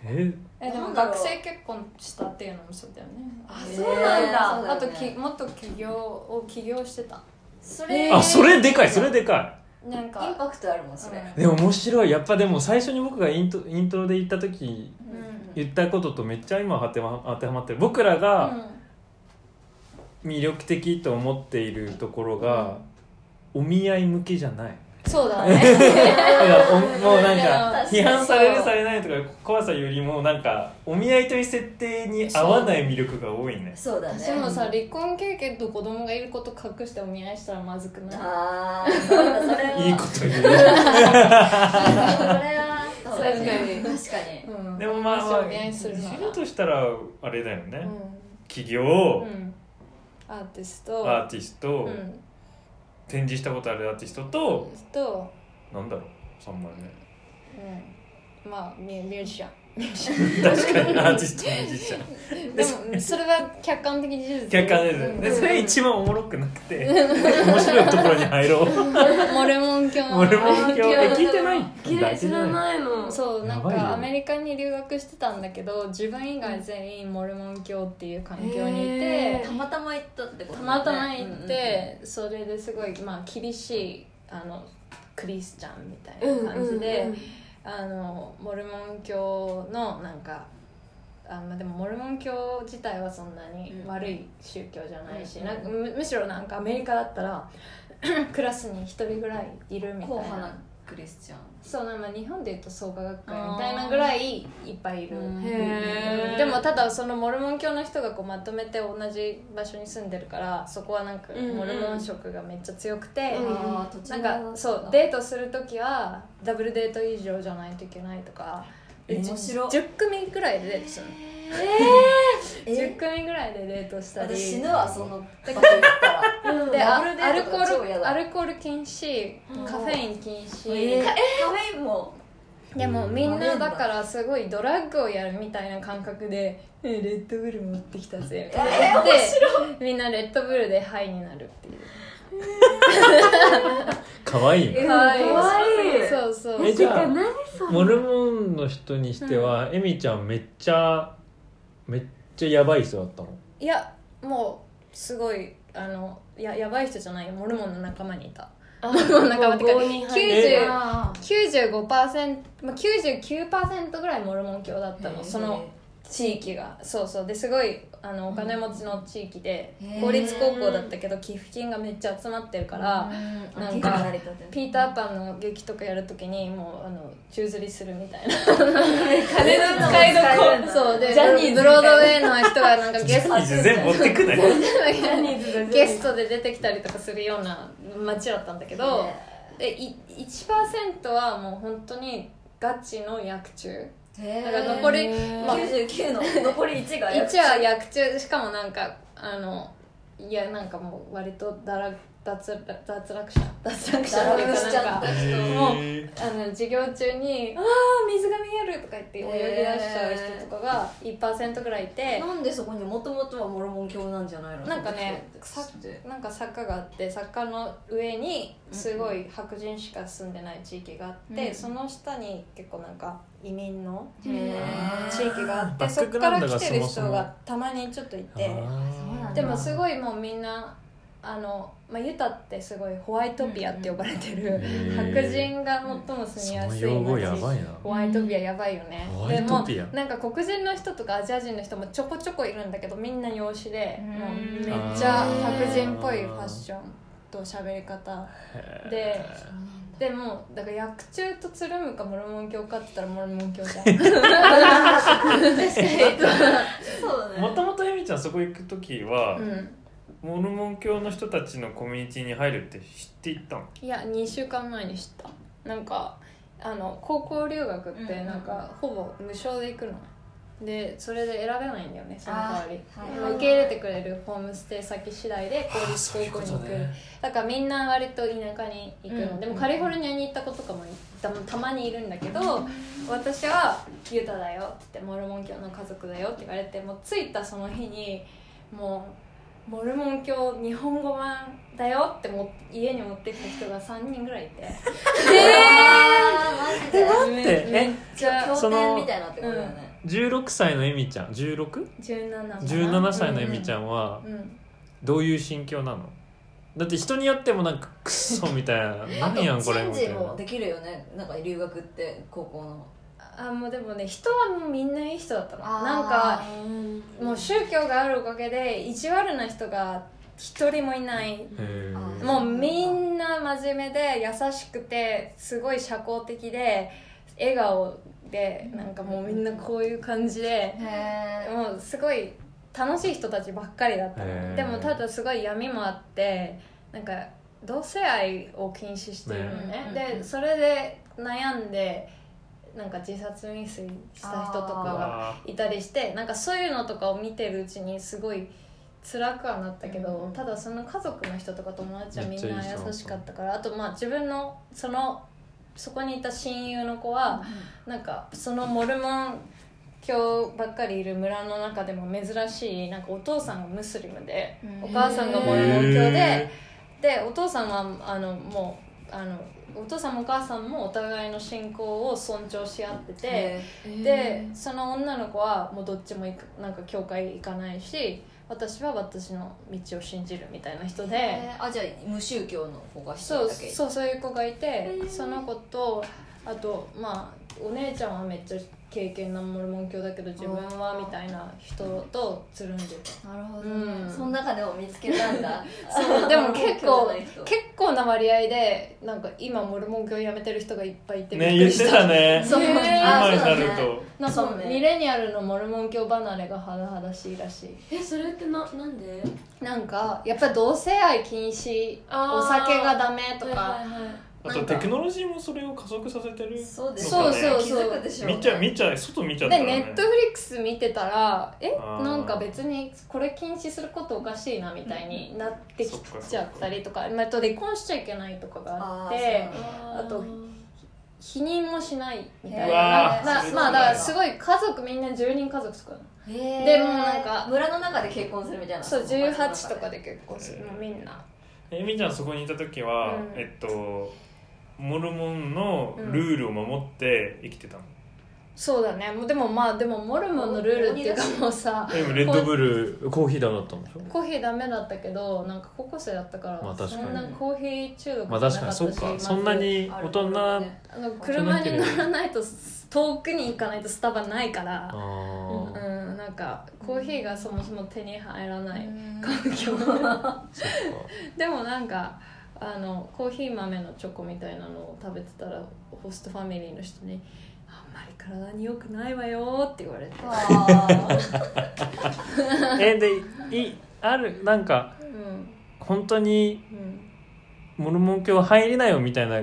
C: え
D: えで
A: な
D: も
A: んだろう
D: 学生結婚したっていうのもそうだよねあ
A: へー
B: そうなんだ
A: そう
D: あと
A: よね
D: きもっと起業を起業してた
A: そ
D: え
A: れ
D: ー
C: あそれでかいそれでか
D: なん
A: イン
D: か
A: パクトあるもんそれ
D: う
C: いでも面白いやっぱでも最初に僕がイントイントロで言った時
D: うんうん
C: 言ったこととめっちゃ今当て,、ま、当てはまってる僕らが魅力的と思っているところが、お見合い向きじゃない
D: そうだ ね
C: だからおもうなん
D: い
C: か
D: や
C: 批判され
D: そ
C: る
D: う
C: されないとか怖さよりもなんかお見合いという設定に合わない魅力が多いね
A: そうだね
D: 私もさ離婚経験と子供がいること隠してお見合いしたらまずくない
A: ああそうだそれはい
C: いこと言う
A: それはそう確か
D: 確か
A: に確
D: に
A: かに
D: うん
C: でもまあま
D: 話
C: あ
D: を見合いするなら
C: 知るとしたらあれだよね、
D: う
C: 企業
D: ん、うんアーティス
C: ア
D: ト
C: ーティスト、
D: うん
C: 展示したことあるアーティストと、
D: と、
C: なんだろう3枚
D: うん、まあミュミュージシャン
C: 目確かにアーティストミュージシャン
D: でもそれは客観的事実
C: 客観です、
D: うん
C: でそれ一番おもろくなくて面白いところに入ろう
D: モルモン教の
C: 俺も今日え聞いてない
B: 嫌い知ら
C: い
B: ないの
D: そうなん
C: やばいよ
D: かアメリカに留学してたんだけど自分以外全員モルモン教っていう環境にいて、
B: へ
A: たまたま行ったってことだ
D: た
A: ね
D: またま行って、それですごい、まあ、厳しいあのクリスチャンみたいな感じで、あのモルモン教のなんかあまあでもモルモン教自体はそんなに
A: うん
D: 悪い宗教じゃないし、
A: うん
D: なんかむむしろなんかアメリカだったら クラスに一人ぐらいいるみ
A: 硬
D: たい
A: 派
D: な
A: なクリスチャン
D: そうなんか日本でいうと創価学会みたいなぐらいいっぱいいる。
A: うん
B: へー
D: でもただそのモルモン教の人がこうまとめて同じ場所に住んでるからそこはなんか
B: うんうん
D: モルモン色がめっちゃ強くて、
B: うん
A: あー土地
D: な
A: の
D: んかそうデートする時はダブルデート以上じゃないといけないとか
A: え面白い
D: 10組ぐらいでデートするの
A: え
D: 10組ぐらいでデートしたり
A: 私死ぬわその場所行ったら
D: であ
A: ダブルデ
D: アル
A: ート
D: コ
A: とか超
D: ー
A: 嫌
D: ル
A: だ
D: アルコール禁止カフェイン禁止、
A: えーカフェインも
D: でもみんなだからすごいドラッグをやるみたいな感覚で「えレッドブル持ってきたぜ」みたいなでみんなレッドブルでハイになるっていう
C: 可愛い
A: え
C: ね
A: かわいい
D: かわ
B: え
D: そうそう
C: えじゃあ
B: 何それ
C: モルモンの人にしては、エミちゃんめっちゃめっちゃやばい人だったの
D: いやもうすごいあのややばい人じゃないよモルモンの仲間にいた
B: あ
D: モルモンの仲間っていう
B: 棒に
D: か
B: 入
C: る
D: 90
A: あ
D: 95%、まあ、99%ぐらいモルモン教だったのその地域がそうそうですごいあのお金持ちの地域で
A: へー
D: 公立高校だったけど寄付金がめっちゃ集まってるからなんかピーターパンの劇とかやるときにもうあの宙吊りするみたいな
A: 金の使い どこ
D: そうで
A: ジャニーズ
D: ブロードウェイの人がなんかゲスト
C: いつ全部持ってくね
D: ゲストで出てきたりとかするような街だったんだけどでい1%はもう本当にガチの薬中
A: へ
D: だから残りまあ
A: 99の残り1が
D: 1は薬中しかもなんかあのいやなんかもう割とだら脱脱落者脱落者っていうかなんかもうあの授業中に「ああ水が見える」とか言って泳ぎ出しちゃう人とかが1%ぐらいいて
A: なんでそこにもともとはモルモン教なんじゃないの
D: なんかね
A: その人って
D: なんか坂があって坂の上にすごい白人しか住んでない地域があって、
A: うん
D: その下に結構なんか移民の
A: へー
D: 地域があって
C: バ
D: そ
C: ッ
D: っ
C: クグ
D: か
C: ラウ
D: ら
C: ンドが
D: 来てる人
C: そもそも
D: がたまにちょっとい
C: あ
D: て。
C: ー
D: でもすごいもうみんなあの、まあ、ユタってすごいホワイトピアって呼ばれてる、
C: へー
D: 白人が最も住みやすい
C: その用語
D: 街
C: やばいな
D: ホワイトピアやばいよね
C: ホワイトピア
D: でもなんか黒人の人とかアジア人の人もちょこちょこいるんだけどみんな養子で
A: うん
D: もうめっちゃ白人っぽいファッションと喋り方ででもだから薬中とつるむかモルモン教かって言ったらモルモン教じゃん 確
A: そ
D: か
A: うだね
C: もともとエミちゃんそこ行く時は、
D: に、うん、
C: モルモン教の人たちのコミュニティに入るって知っていったの
D: いや2週間前に知ったなんかあの高校留学っ
A: うんうん
D: てなんかほぼ無償で行くのでそれで選べないんだよねその代わり、
A: あーはい
D: 受け入れてくれるホームステイ先次第で公立高校に行くだからみんな割と田舎に行くの、
A: うん
D: でもカリフォルニアに行った子とかもたたまにいるんだけど私は「ユタだよ」って言って「モルモン教の家族だよ」って言われてもう着いたその日にもう「モルモン教日本語版だよ」っても家に持ってきた人が3人ぐらいいて
A: あーマジで
D: め
C: てえ
D: めっちゃ
A: 経
C: その
A: 典みたいなってことだよね
C: 16歳のエミちゃん 16?17
D: 17
C: 歳のエミちゃんは
D: うん
C: どういう心境なのだって人によってもなんかクソみたいな
A: あと
C: 何やんこ
A: チ
C: れ
A: ェン
C: みたい
A: ジ
C: な
A: もできるよねなんか留学って高校の
D: あもうでもね人はもうみんないい人だったの
A: あー
D: なんかもう宗教があるおかげで意地悪な人が一人もいない
C: へー
D: もうみんな真面目で優しくてすごい社交的で笑顔でなんかもうみんなこういう感じで
A: へー
D: もうすごい楽しい人たちばっかりだった
C: へー
D: のでもただすごい闇もあってなんか同性愛を禁止してるのね
A: ね
D: でそれで悩んでなんか自殺未遂した人とかがいたりしてなんかそういうのとかを見てるうちにすごい辛くはなったけど、
B: うん
D: ただその家族の人とか友達はみん
C: めっ
D: な
C: ちゃいい人
D: 優しかったからあとまあ自分のそのそこにいた親友の子は、なんかそのモルモン教ばっかりいる村の中でも珍しいなんかお父さんがムスリムで、
A: うん
D: お母さんがモルモン教で、でお父さんはあのもうあのお父さんもお母さんもお互いの信仰を尊重し合ってて。
A: で
D: でその女の子はもうどっちも行くなんか教会行かないし私は私の道を信じるみたいな人で
A: えーあじゃあ無宗教の子が一
D: そ
A: 人
D: う
A: だけ
D: そうそういう子がいてその子とあとまあお姉ちゃんはめっちゃ経験なモルモン教だけど自分はみたいな人とつるんで
A: なるほ
D: どね
A: その中でも見つけたんだ
D: たそうでも 結構結
A: 結
D: 構な割合でなんか今モルモン教やめてる人がいっぱいいてび
C: ね
D: っく
C: 言
D: り
C: っ
D: した
C: てたね
A: そう
D: へー
A: あそう
C: 今にな
A: だね
C: ると
D: なん
A: そ
D: か
A: うね
D: ミレニアルのモルモン教離れが甚だしいらしい
B: えそれってななんで
D: なんかやっぱり同性愛禁止
B: あー
D: お酒がダメとか、
B: はいはいはい
C: あ
D: な
C: と
D: んか
C: テクノロジーもそれを加速させてる
A: そうです
D: そうそう
A: 気づくでしょ
C: 見ちゃ見ちゃ外見ちゃった
D: で
C: ら
D: ネ
C: ね
D: ットフリックス見てたらえ
C: あー
D: なんか別にこれ禁止することおかしいなみたいになってきちゃったりとか、まあ、あと離婚しちゃいけないとかがあって
A: あーそう
B: あ
D: あと否認もしないみたいうな
A: わー
D: な
A: それ
D: まあ
A: は
D: だからすごい家族みんな10人家族とか
A: へー
D: でもなんか
A: 村の中で結婚するみたいな
D: そう18とかで結婚す
C: へ
D: る
C: ー
D: もうみんな
C: えみちゃんそこにいた時は、
D: うん
C: えっとモルモンのルールを守って生きてたの、
D: そうだねもうでもまあでもモルモンのルールっていうかもうさ
C: でもレッドブルコーヒーだなったんでしょ
D: コーヒーダメだったけどなんか高校生だったから,、
C: まあ確か
D: そ
C: に
D: んなコーヒー中毒
C: まあ
D: じ
C: 確
D: ゃ
C: かに
D: なっ
C: そう
D: たし
C: か
D: まず
C: そんなに大人
A: ある
D: あの車に乗らないと遠くに行かないとスタバないから、
C: あ
D: う
C: ー
D: ん、なんかコーヒーがそもそも手に入らない
A: うん
D: 環境、
C: そっか
D: でもなんかあのコーヒー豆のチョコみたいなのを食べてたらホストファミリーの人に「あんまり体に良くないわよ」って言われて、
A: あー
C: えでいあるなんか
D: うん
C: 本当に
D: うん、
C: モルモン教入りなよみたいな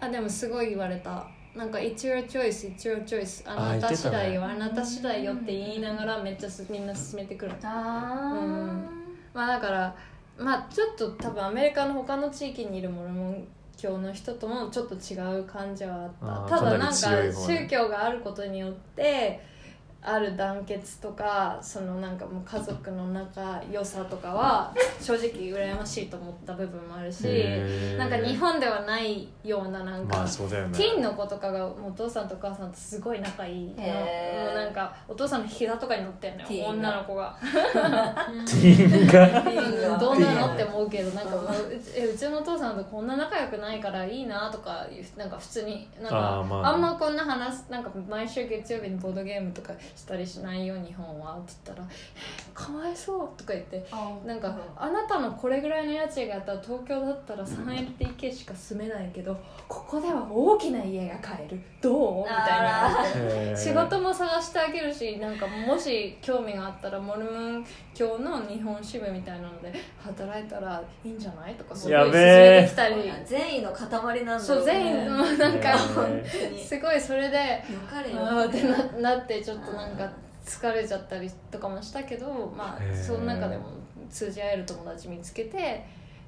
D: あでもすごい言われたなんか「It's your choice it's your choice
C: あ
D: あなた
C: 言って
D: 次
C: たね
D: 第よあ,、なた次第よ」って言いながらめっちゃすみんな進めてくる
A: あー
D: まあだからまあちょっと多分アメリカの他の地域にいるモルモン教の人ともちょっと違う感じは
C: あ
D: あっ
C: ー
D: たただなんか
C: かなり強い方ね
D: 宗教があることによってある団結とかそのなんかもう家族の仲良さとかは正直羨ましいと思った部分もあるし
C: へー
D: なんか日本ではないようななんか、
C: まあそうだよね
D: ティーンの子とかがもうお父さんとお母さんとすごい仲いいのも
A: へー
D: うなんかお父さんの膝とかに乗ってんの
A: ティ
D: よ
A: ーンが
D: 女の子が
C: ティーン が
D: うんどうなのって思うけどなんか
A: うん
D: もううちえうちのお父さんとこんな仲良くないからいいなとかいうなんか普通になんか
C: あ
D: あ,、
C: ーまあ
D: んまこんな話すなんか毎週月曜日にボードゲームとかしたりしないよ日本はって言ったら「かわいそう」とか言ってなんかあなたのこれぐらいの家賃があったら東京だったら 3LDK しか住めないけどここでは大きな家が買えるどうみたいな
A: あ
C: へー
D: 仕事も探してあげるしなんかもし興味があったらモルモン教の日本支部みたいなので働いたらいいんじゃないとかすごい
C: や
D: 勧
C: べ
D: め
C: え
D: てきた
A: ー
D: り
A: 善意の塊なんだろね
D: そう全員もうなんか
C: へ
A: 本
D: すごいそれで
A: 当によかれ
D: ああ
A: よ
D: ってななってちょっとなんか疲れちゃったりとかもしたけどま
C: へ
D: あ
C: え
D: その中でも通じ合える友達見つけて
C: ー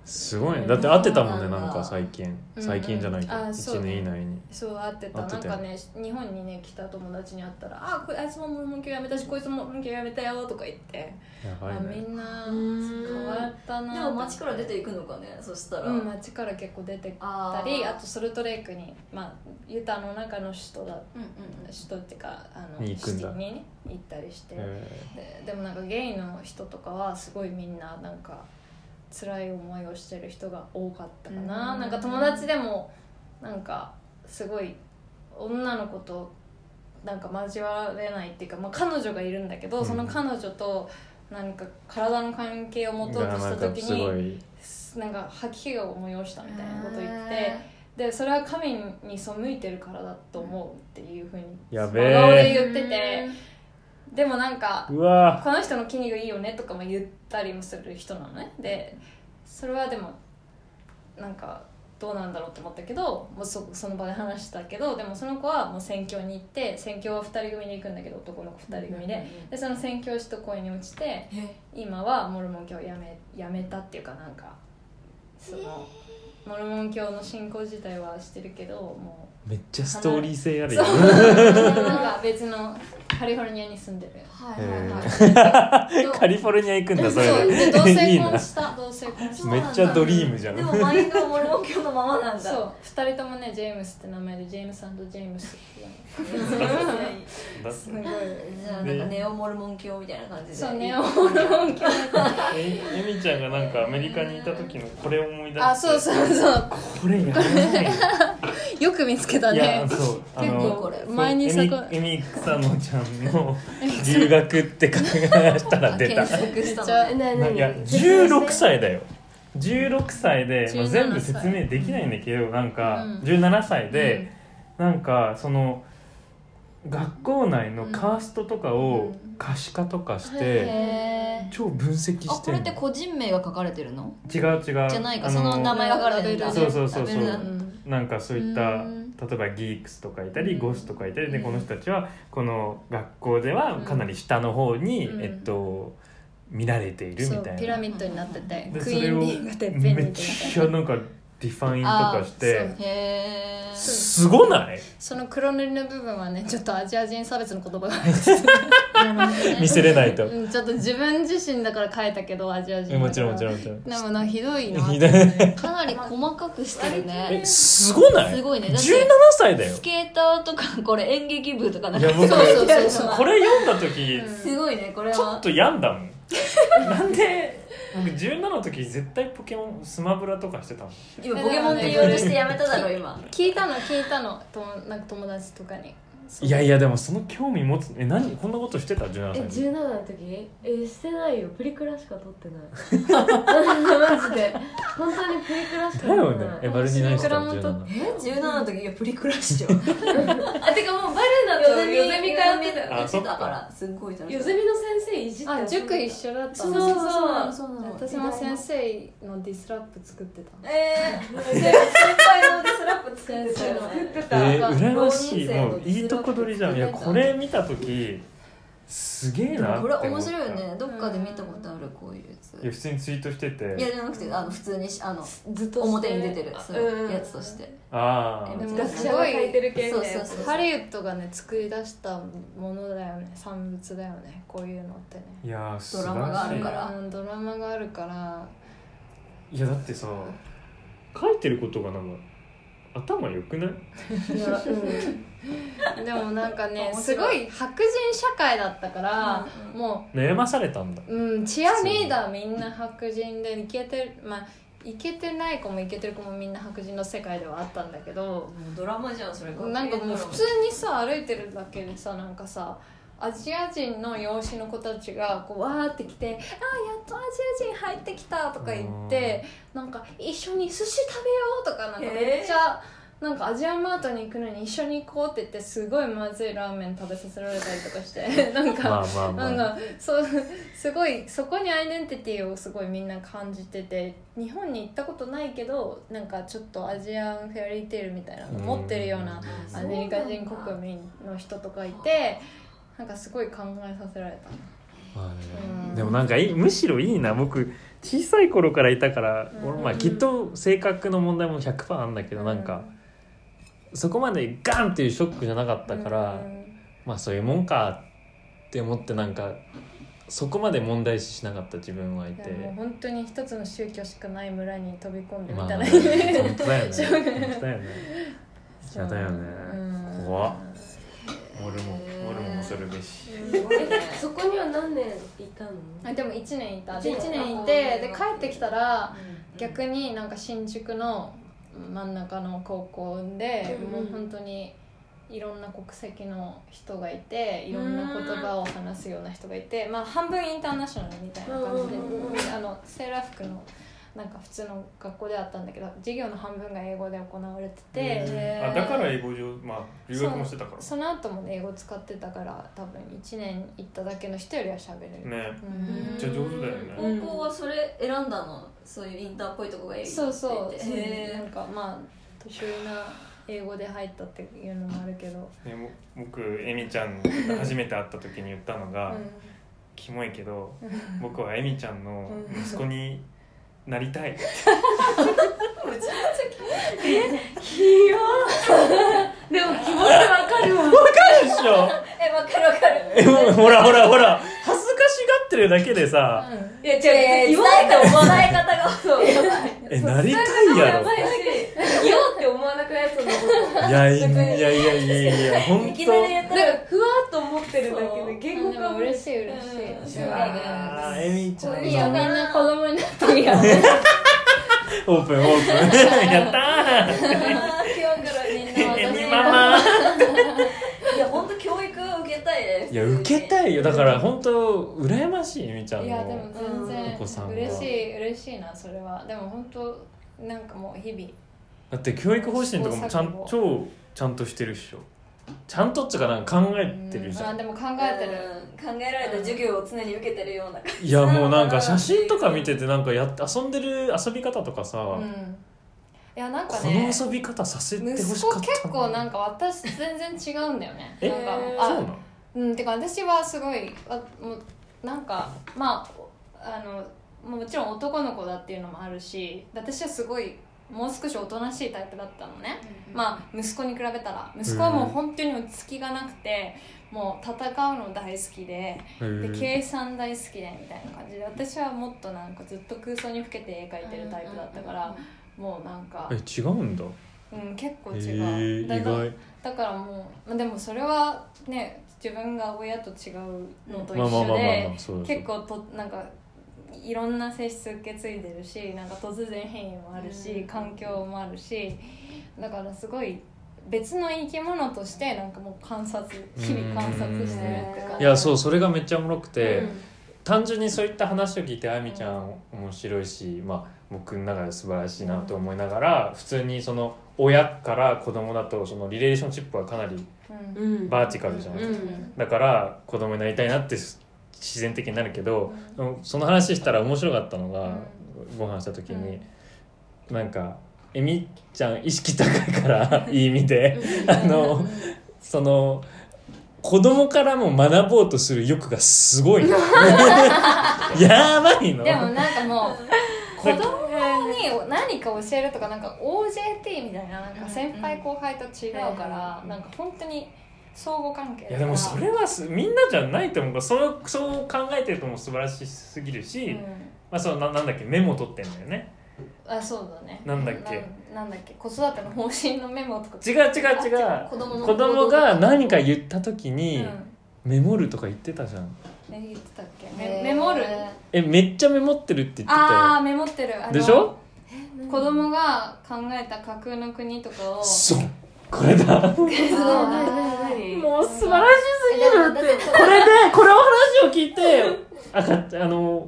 C: すごいねだって会ってたもんね
A: そうなんだ
C: なんか最近
D: うん
C: 最近じゃないけど
D: あそう
C: 1年以内に
D: そう会ってた
C: 会って
D: なん
C: た
D: かね日本にね来た友達に会ったら「あこあいつもモルモン教やめたしこいつもモルモン教やめたよ」とか言って、
C: やば
D: あ
C: い
D: み
C: ね
D: んな変
A: 変
D: わったな
A: でも街から出ていくのかねそしたら、
D: うん、街から結構出てった
A: あ
D: り
A: ー
D: あとソルトレイクに、まあ、ユタの中の首都だ
A: うんうん
D: 首都っていうかあの
C: に行くんだ
D: シティにね行ったりして、
C: へ
D: ででもなんかゲイの人とかはすごいみんななんか辛い思いをしてる人が多かったかな、
A: うん
D: なんか友達でもなんかすごい女の子となんか交われないっていうか、まあ、彼女がいるんだけど、
C: うん
D: その彼女と何か体の関係を持
C: ー
D: とうと
C: が
D: し
C: な
D: た
C: んか
D: 時
C: す
D: に
C: ごい
D: なんか吐き気を催したみたいなことを言って
A: へ
D: てでそれは神に背いてるからだと思うっていうふうに
C: やべ
D: 真顔で
C: え
D: 言っててでもなんか
C: うわ
D: この人の筋肉いいよねとかも言ったりもする人なのねでそれはでもなんかどうなんだろうと思ったけどもうそその場で話したけどでもその子はもう宣教に行って宣教は2人組で行くんだけど男の子2人組で,、でその宣教師と恋に落ちて
A: え
D: 今はモルモン教をやめやめたっていうかなんかそのモルモン教の信仰自体はしてるけども
C: めっちゃストーリー性あ
D: う
C: る
D: そ
C: よ
D: う なんか別のカリフォルニアに住んでる
A: はいはいはい、
C: カリフォルニア行くんだそ
D: そう
C: れ
D: で
C: で
D: 同
C: い
D: 性
C: いな
D: 婚した同性婚し
A: そう
C: めっちゃドリームじゃん
A: でもマインドは俺も今日のままな
D: た
A: んだ
D: そう2人ともねジェームスって名前でジェームスジェームスっていうの
C: だ
D: すごい
A: じゃあなんかネオモルモン教みたいな感じで
D: そうネオモルモン教
C: ええみちゃんがなんかアメリカにいた時のこれを思い出して
D: あそうそうそう
C: これやば い
D: よく見つけた
C: い
D: ね
C: やそうあ
D: 結構
C: の
D: これ前に
C: そう
D: さこ
C: エミエミ草野ちゃんの留学って考えたら 出
A: 検
C: た
A: 索した
D: めっ
A: の、ね、
B: ない
C: や16歳だよ16歳で、まあ、全部説明できないんだけどなんか
D: うん
C: 17歳で、なんかその学校内のカーストとかを可視化とかして、
D: へー
C: 超分析
A: あ
C: して
A: こ
C: る
A: れって個人名が書かれてるの
C: 違う違う
A: じゃないか
C: あ
A: その名前が書かれてるんだ
C: そうそうそうそう
A: ラベルな
D: うん
A: だ
D: ん
C: なんかそういった
A: うん
C: 例えばギークスとかいたり
D: うん
C: ゴスとかいたりで
D: うん
C: この人たちはこの学校ではかなり下の方に、
D: うん
C: えっと見られているみ
D: そう
C: たい
D: ピ
C: な
D: ラ。ミッドになってて
C: で
D: ク
C: そ
D: イー
C: れ
D: ン
C: を
D: リーグてっぺんに
C: めっちゃなんかディファインとかして
A: へえ
D: そう
C: すごない
D: その黒塗りの部分はねちょっとアジア人差別の言葉が
C: 見せれないと
D: うんちょっと自分自身だから変えたけどアジア
C: え
D: 人だから
C: もちろんもちろんもちろん
D: でもなひどいな
C: ひどい
A: かなり細かくしてるね
C: えすごない
A: すごいねだって
C: 17歳だよ
A: スケーターとかこれ演劇部とかなんか
C: いや僕
A: そうそうそうそう
C: これ読んだ時
A: すごいねこれ
C: ちょっ
A: は
C: と病んだもんなんで僕17の時絶対ポケモンスマブラとかしてたもん
A: 今ポケモンって言おうとしてやめただろ今
D: 聞いたの聞いたのともなんか友達とかにそう
C: いやいやでもその興味持つえ何こんなことしてた17
B: え
C: 歳で
B: 17の時えしてないよプリクラしか撮ってないマジで本当にプリクラしか
C: だ
B: 撮
C: よ
B: って
C: ね
B: ない
C: えバルニー何してた
D: スマ
C: の
D: ブラも
C: 17
A: え17の時いやプリクラっしょ ヨ
B: あてかもうバレエだとヨゼミ通ってたよ
C: あ
A: あ
C: そ
A: そ
C: っ
A: っ
C: か
A: だからすっごい楽し
B: ヨ
A: かっ
B: ゼミの先生いじって
D: あ塾一緒だった
B: そう
D: の
B: そう
A: た
B: そう
A: そうなの
D: 私も先生のディスラップ作ってた
A: えー、先輩のデスラップ作ってたよ
B: 作っ
A: ね
B: て
C: え
B: た、
C: ー、羨まし
A: 浪人
C: い
A: 生の
C: もういいとこ取りじゃんいやこれ見た時すげえ
A: で
C: な
A: も
C: って
A: これ
C: 思った
A: 面白いよねどっかで見たことあるこういうやつ
C: いや普通にツイートしてて
A: いやじゃなくてあの普通にしあの
B: ずっと
A: 表に出てる
B: あ
A: そううんやつとして
C: ああ
A: でも
B: 学者が書いてる系
A: そう
B: みたい
A: そ
B: な
A: うそう
D: ハリウッドがね作り出したものだよね産物だよねこういうのってね
C: いやー素晴
A: ドラマがあ
C: らし
A: る
C: い
A: から
D: うんドラマがあるから
C: いやだってさ書いてることがなんか頭良くない
B: いやうん
D: でもなんか
A: 面
D: ね
A: 白い
D: すごい白人社会だったから、も
C: 悩まされたんだ
D: う、うん、チアリーダーみんな白人でいけてるまあいけてない子もいけてる子もみんな白人の世界ではあったんだけど
A: もうドラマじゃんそれが
D: なんかもう普 通にさ歩いてるだけでさなんかさアジア人の養子の子たちがこうわーって来て「あーやっとアジア人入ってきた」とか言ってなんか「一緒に寿司食べよう」とかなんかめっちゃ。なんかアジアンマートに行くのに一緒に行こうって言ってすごいまずいラーメン食べさせられたりとかして なんか、
C: まあまあま
D: な
C: あ
D: んかそうすごいそこにアイデンティティをすごいみんな感じてて日本に行ったことないけどなんかちょっとアジアンフェアリーテールみたいなの持ってるような
C: うん
D: アメリカ人国民の人とかいてなんかすごい考えさせられた
C: まあね
D: うん
C: でもなんかいいむしろいいな僕小さい頃からいたから、
D: うん
C: 俺まあきっと性格の問題も100%あんだけど、なんかそこまでガンっていうショックじゃなかったから、
D: うん
C: まあそういうもんかって思ってなんかそこまで問題視しなかった自分はい
D: いや
C: て
D: もう本当に一つの宗教しかない村に飛び込んでみ
C: まあ
D: た
C: まあ
D: ら、
C: 本 当だよね
D: しょうがない
C: 本当だよね嫌だよね
D: うん
C: 怖っ俺も俺も恐るべし
B: えそこには何年いたの
D: あでも1年いたで
B: 一年
D: 1年いてで帰ってきたら逆になんか新宿の真ん中の高校で、
B: うん
D: もう本当にいろんな国籍の人がいていろんな言葉を話すような人がいて、まあ、半分インターナショナルみたいな感じで、
B: うんうんうんうん
D: あのセーラー服のなんか普通の学校であったんだけど授業の半分が英語で行われてて、
C: うんあだから英語上まあ留学もしてたから
D: その後もね英語使ってたから多分1年行っただけの人よりは喋れ
C: ね
D: る、うん
C: めっちゃ上手だよね
A: うん高校はそれ選んだのそういうインターっぽいとこがいいって言っ
D: そう
A: て
D: そうそうな
A: へ
D: んかまあ得意な英語で入ったっていうのもあるけど、
C: でも僕エミちゃんが初めて会った時に言ったの
D: う
C: が、
D: ん
C: キモいけど僕はエミちゃんの息子になりたいって
A: えめちゃ
B: でも気持ちわかるわ
C: でしょ
A: えわかるわかる
C: えほらほらほら恥ずかしがってるだけでさ
D: うん
A: いや違う言わないと思わない方が そうやばい
C: えなりたいやろ
B: ばいし言おうって思わなくなっちゃうのこと
C: いやいやいやいやいやいや本
A: いき
C: 当
A: なりやった
B: な
A: ら
B: んかふわっと思ってるだけで言語
D: でも
B: 化
D: 嬉しい嬉し
A: うん
D: い、
C: いやーエミちゃん
D: いいよみん
C: の
D: な子供になっていいよね
C: オープンオープンやったー
D: みんな
C: エミ
D: 私
C: ママ
A: いや本当教育を受けたいです
C: いや受けた
A: い
C: いよだから本当羨ましいエミちゃんの
D: いやでも全
C: お子さん
D: 然
C: は
D: 嬉しい嬉しいなそれはでも本当なんかもう日々
C: だって教育方針とかもちゃ
D: 試行錯
C: ん
D: 誤
C: 超ちゃんとしてるっしょちゃんとっつうかなんか考えてるじゃ
D: うんんあでも考
A: 考
D: えてる、
A: 考えられた授業を常に受けてるような感
C: いやもうなんか写真とか見ててなんかやっ遊んでる遊び方とかさ、
D: うんいやなんか
C: こ
D: ね
C: の遊び方させてほ
D: 息
C: し
D: 子
C: かった
D: 結構なん
C: か
D: か私全然違うんだよね
C: え
D: なん
C: そ
D: か
C: うな
D: あ
C: の
D: うんてか私はすごいあもうなんかまああのもうもちろん男の子だっていうのもあるし私はすごいもう少しおとなしいタイプだったのね、まあ息子に比べたら息子はもう本当に落ち着きがなくてもう戦うの大好きでで
C: へ
D: 計算大好きでみたいな感じで私はもっとなんかずっと空想にふけて絵描いてるタイプだったからもうなんか
C: え、違うんだ
D: うん、結構
C: へ
D: 違
C: え
D: う
C: 意
D: だから
C: 外
D: だからもうまあでもそれはね自分が親と違うのと一
C: まあまあま
D: 緒
C: あまあ
D: で
C: まあそうだそう
D: 結
C: だ
D: 構となんかいろんな性質受け継いでるしなんか突然変異もあるし、
A: うん
D: 環境もあるしだからすごい別の生き物としてなんかもう観察日々観察してるって感
A: 構
D: じ
C: いやそうそれがめっちゃおもろくて、
D: うん
C: 単純にそういった話を聞いてあみちゃん面白いし、まあ、僕の中で素晴らしいなと思いながら、普通にその親から子供だとそのリレーションシップはかなり
D: うん
B: うん
C: バーティカルじゃん、
B: うん
C: だから子供になりたいなって自然的になるけど、その話したら面白かったのが、ご飯した時に、なんかえみちゃん意識高いからいい意味で あのその子供からも学ぼうとする欲がす ごいのやばいの
D: でもなんかもう子
C: だ
D: 供に何か教えるとかなんか OJT みたいななんか先輩後輩と違うから
B: うん
D: なんか本当に相互関係
C: い
D: だから
C: やでもそれはすみんなじゃないと思うからそうそう考えてるとも素晴らしすぎるし、
D: うん
C: まあそのななんだっけメモ取ってんだよね
D: あそうだね
C: なんだっけ
D: ななんだっけ子育ての方針のメモとか
C: 違う違う違う
A: 子供の
C: 子供が何か言った時
D: うん
C: に、
D: ね
C: メモるとか言ってたじゃん
D: 言ってたっけ
A: へ
D: メ
A: ー
D: メモる
C: えめっちゃメモってるって言って
D: ああ
C: た
D: メモってるあ
C: よ
D: の
C: でしょ
D: 子供が考えた架空の国とかを
C: そうこれ だ
B: すごい何何何
C: もう素晴らしすぎるってこれでこの話を聞いて赤あの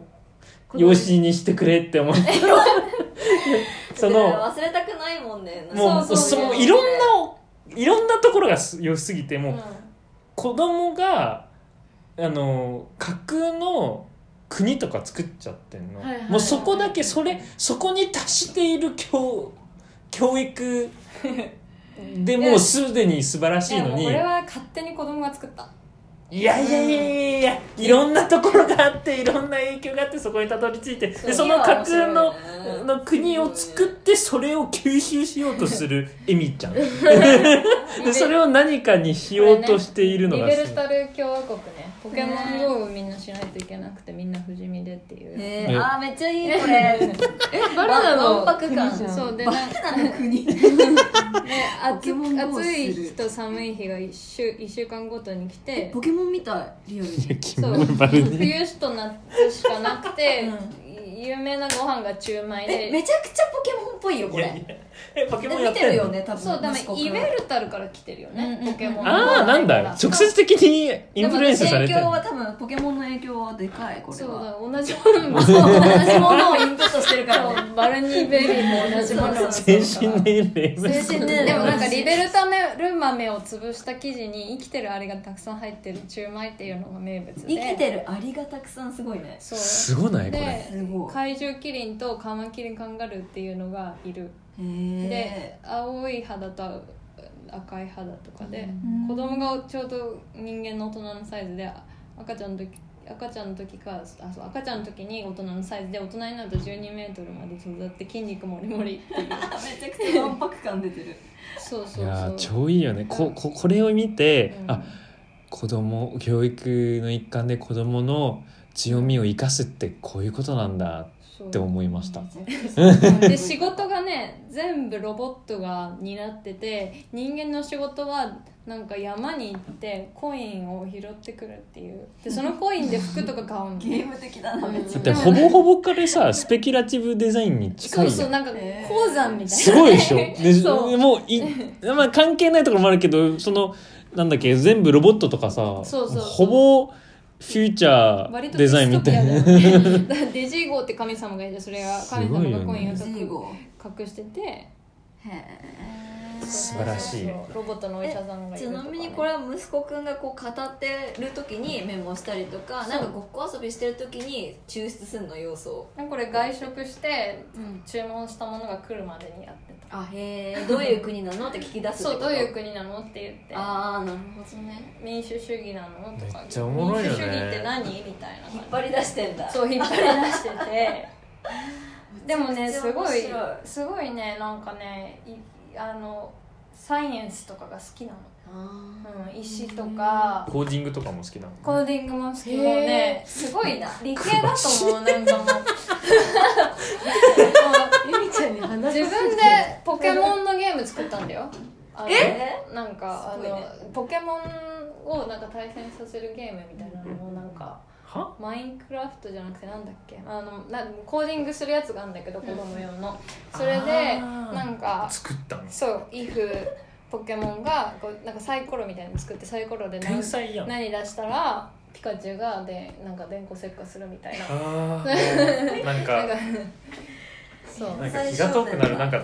C: 養子にしてくれって 思ってその
A: 忘れたくないもんね
C: もう
D: そうそう
C: そのいろんないろんなところがす良すぎてもう、子供があの架空の国とか作っちゃってんの、
B: はいはいはい
C: もうそこだけそれそこに達している教教 育でもうすでに素晴らし
D: い
C: い
D: や
C: の
D: もう
C: に
D: これは勝手に子供が作った
C: いやいやいやいやいやいろんなところがあっていろんな影響があってそこにたどり着いてでその架空のの国を作ってそれを吸収しようとするエミちゃんでそれを何かにしようとしているのが
D: リベ
C: す
D: ルタル共和国ねポケモン GO をみんなしないといけなくてみんな不死身でっていう、
A: え
C: え
A: ー、あーめっちゃいいこ れ
B: バ
A: ナナの
B: の
A: 国じゃん
D: そうで
A: バ
D: な
A: ナナの国
D: ね暑
E: ポケモン GO
D: 暑い
E: する
D: 日と寒い日が1週一週間ごとに来て
E: ポケモンみたいリアルに
D: そう冬しと夏しかなくて、有名なご飯が中米
A: え
D: で
A: めちゃくちゃポケモンっぽいよこ
C: いやい
A: れ
C: やえポケモンや
A: 見
C: って
A: る
C: てん
A: よ
C: の
A: ね多分
D: そうだね
A: 息子くん
D: イウェルタルから来てるよね、
A: うんうん
D: ポケモン
C: ああなんだ直接的にインフルエンスされて
A: で
C: る
A: も私影響は多分ポケモンの影響はでかいこれ
D: そう
A: は
D: だ同じもの
A: そう同じものをインプットしてるからね
D: そうバルニーベリーも同じもの
A: そうそう
C: 精神年齢
A: 精神年齢
D: でもなんかリベルタメル豆を潰した生地に生きてるあれがたくさん入ってる中米っていうのが名物で
A: 生きてるアリがたくさんすごいね
D: そう
C: すごないこれ
D: です
A: ごい
D: 怪獣キリンとカマキリンカンガルーっていうのがいる
A: へ
D: で
A: え
D: 青い肌と赤い肌とかで、
A: うん
D: 子供がちょうど人間の大人のサイズであ赤ちゃんの時赤ちゃんの時かあそう赤ちゃんの時に大人のサイズで大人になると1 2メートルまで育って筋肉もりもりっていう
A: めちゃくちゃ満迫感出てる
D: そう
C: い
D: そう
C: やー
D: そう
C: 超いいよねこここれを見て
D: うん
C: あ子供教育の一環で子供の強みを生かすってこういうことなんだ
D: そう
C: って思いました
D: で仕事がね全部ロボットが担ってて人間の仕事はなんか山に行ってコインを拾ってくるっていうでそのコインで服とか買うの
A: ゲ ーム的だなめっち
C: だ
A: ゃ
C: ってほぼほぼ彼さスペキュラティブデザインに近
D: そう
C: い
D: そ
C: や
D: うんなんか
A: えー
D: 鉱山みたいな、
C: すごいでしょで
D: そう
C: もうい、まあ、関係ないところもあるけどそのなんだっけ全部ロボットとかさ
D: そうそうそう
C: ほぼフューチャ
D: 割
C: ー
D: と
C: デ
D: デ
C: ザインみ
D: ィス
C: た
D: トピア
C: い
D: だ
C: な
D: よ ねだからデジーゴーって神様がいてそれが神様がコインを
A: ジー
D: 隠
A: ゴ
D: 隠してて
A: へえ
C: 素晴らしい
D: そうそうそうロボットのお医者さんがい
A: ち
D: るとか
A: な
D: ね、
A: みにこれは息子くんがこう語ってる時にメモしたりとか
D: そう
A: なんかごっこ遊びしてる時に抽出するの要素
D: これ外食して注文したものが来るまでにやってた
A: あへえどういう国なのって聞き出すって
D: そ
A: こ
D: う
A: と
D: どういう国なのって言って
A: ああなるほどね
D: 民主主義なのとか
C: めっちゃおもろいよね
D: 民主主義って何みたいな
A: 引っ
D: 感
A: 張り出してんだ
D: じそう引っ張り出しててでもね
A: めちゃくち
D: す
A: ゃ面
D: ご
A: 白
D: い
A: い
D: すごいねなんかねいあのサイエンスとかが好きな
A: あ
D: の、うん、石とか
C: コーディングとかも好きなの
D: コーディングも好き
A: へー
D: もうねすごいな理系だと思うなんかもうも
B: ゆみちゃんに
D: う
B: 話
D: 自
B: し
D: 分でポケモンのゲーム作ったんだよあの
A: え
D: なんか、
A: すごいね
D: あのポケモンをなんか対戦させるゲームみたいなのをなんか
C: は
D: マインクラフトじゃなくてなんだっけあのなコーディングするやつがあるんだけど子供用の、それで
C: あー
D: なんか
C: 作ったの
D: そう「if ポケモンがこうなんかサイコロみたいなの作ってサイコロで何
C: 天才やんあ
D: 何出したらピカチュウがでなんか電光石火するみたいな
C: あーなん
D: なんか
C: か
D: そう
C: なんか気が遠くなるなんか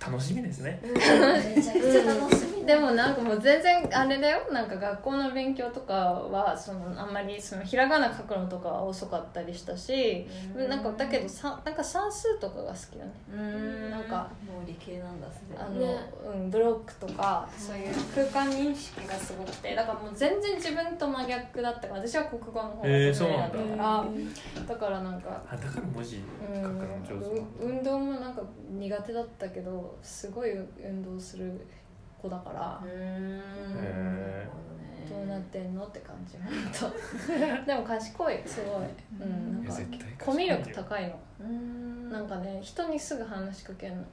C: 楽しみですね
A: ーめちゃくちゃ楽しみ
D: でもなんかもう全然あれだよなんか学校の勉強とかはそのあんまりそのひらがな書くのとかは遅かったりしたし
A: うん
D: なんかだけどさなんか算数とかが好きだね
A: うーん
D: なんか
A: もう理系なんだすでに
D: あの、
B: ね
D: うん、ブロックとかそういう空間認識がすごくてだからもう全然自分と真逆だったから私は国語の方が
C: へー
D: 得意だった
C: そう
D: から、だからなんか、
C: あだから文字
D: う
C: 書
D: ん
C: くの上手なの
D: う運動もなんか苦手だったけどすごい運動する子だから
A: う、ーん
C: へ
D: どうなってんのって感じ本当 でも賢いすごい、うん、なん
C: いや
D: か
C: 絶対
D: コミュ力高いの
A: うーん
D: なんかね人にすぐ話しかけんの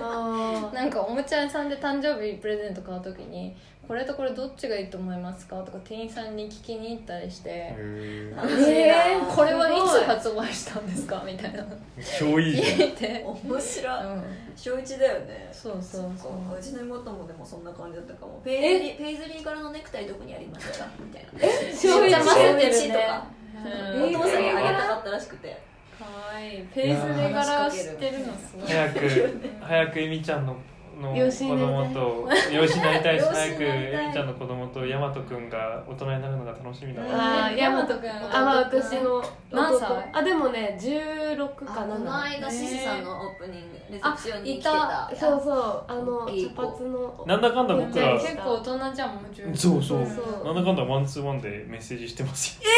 B: あ
D: なんかおもちゃ屋さんで誕生日プレゼント買う時に「これとこれどっちがいいと思いますか?」とか店員さんに聞きに行ったりして
C: へ
D: 「
A: へ
D: え
A: ー
D: ー、これはいつ発売したんですか?」みたいな
C: え超いいじゃん
D: 聞いて、
A: 面
D: う
A: 白い
D: ん、
A: 小一だよね
D: そうそうそう
A: っかうちの妹もでもそんな感じだったかもペイズリーペイズリー柄のネクタイどこにありましたみたいな
B: ー
D: 小一
A: めっちゃ混ぜてる
D: 小一とか
A: お
D: うん
A: 父さんにあげたかったらしくて
D: かわいいペースで柄を知ってるのすごい
C: 早く早くエミちゃんのの
B: 養
C: 子
B: 子になりたい
C: 供と 養子になりたいし
D: 養子
C: 早
D: になりたい
C: くエミちゃんの子供とヤマト君が大人になるのが楽しみだわ、
B: あー大和
D: 君
B: あまあ私も
D: 何歳
B: あでもね16か
A: あこの
B: 7
A: 間シシさんのオープニングレセプションに来て
D: あ
A: た
B: そうそうあの
A: 大きい
B: 茶
A: 子
B: 髪の
C: なんだかんだ僕ら
D: 結構大人じゃんもう十分
C: そうそう
B: そう
C: な
B: そ
C: んだかんだワンツーワンでメッセージしてますよ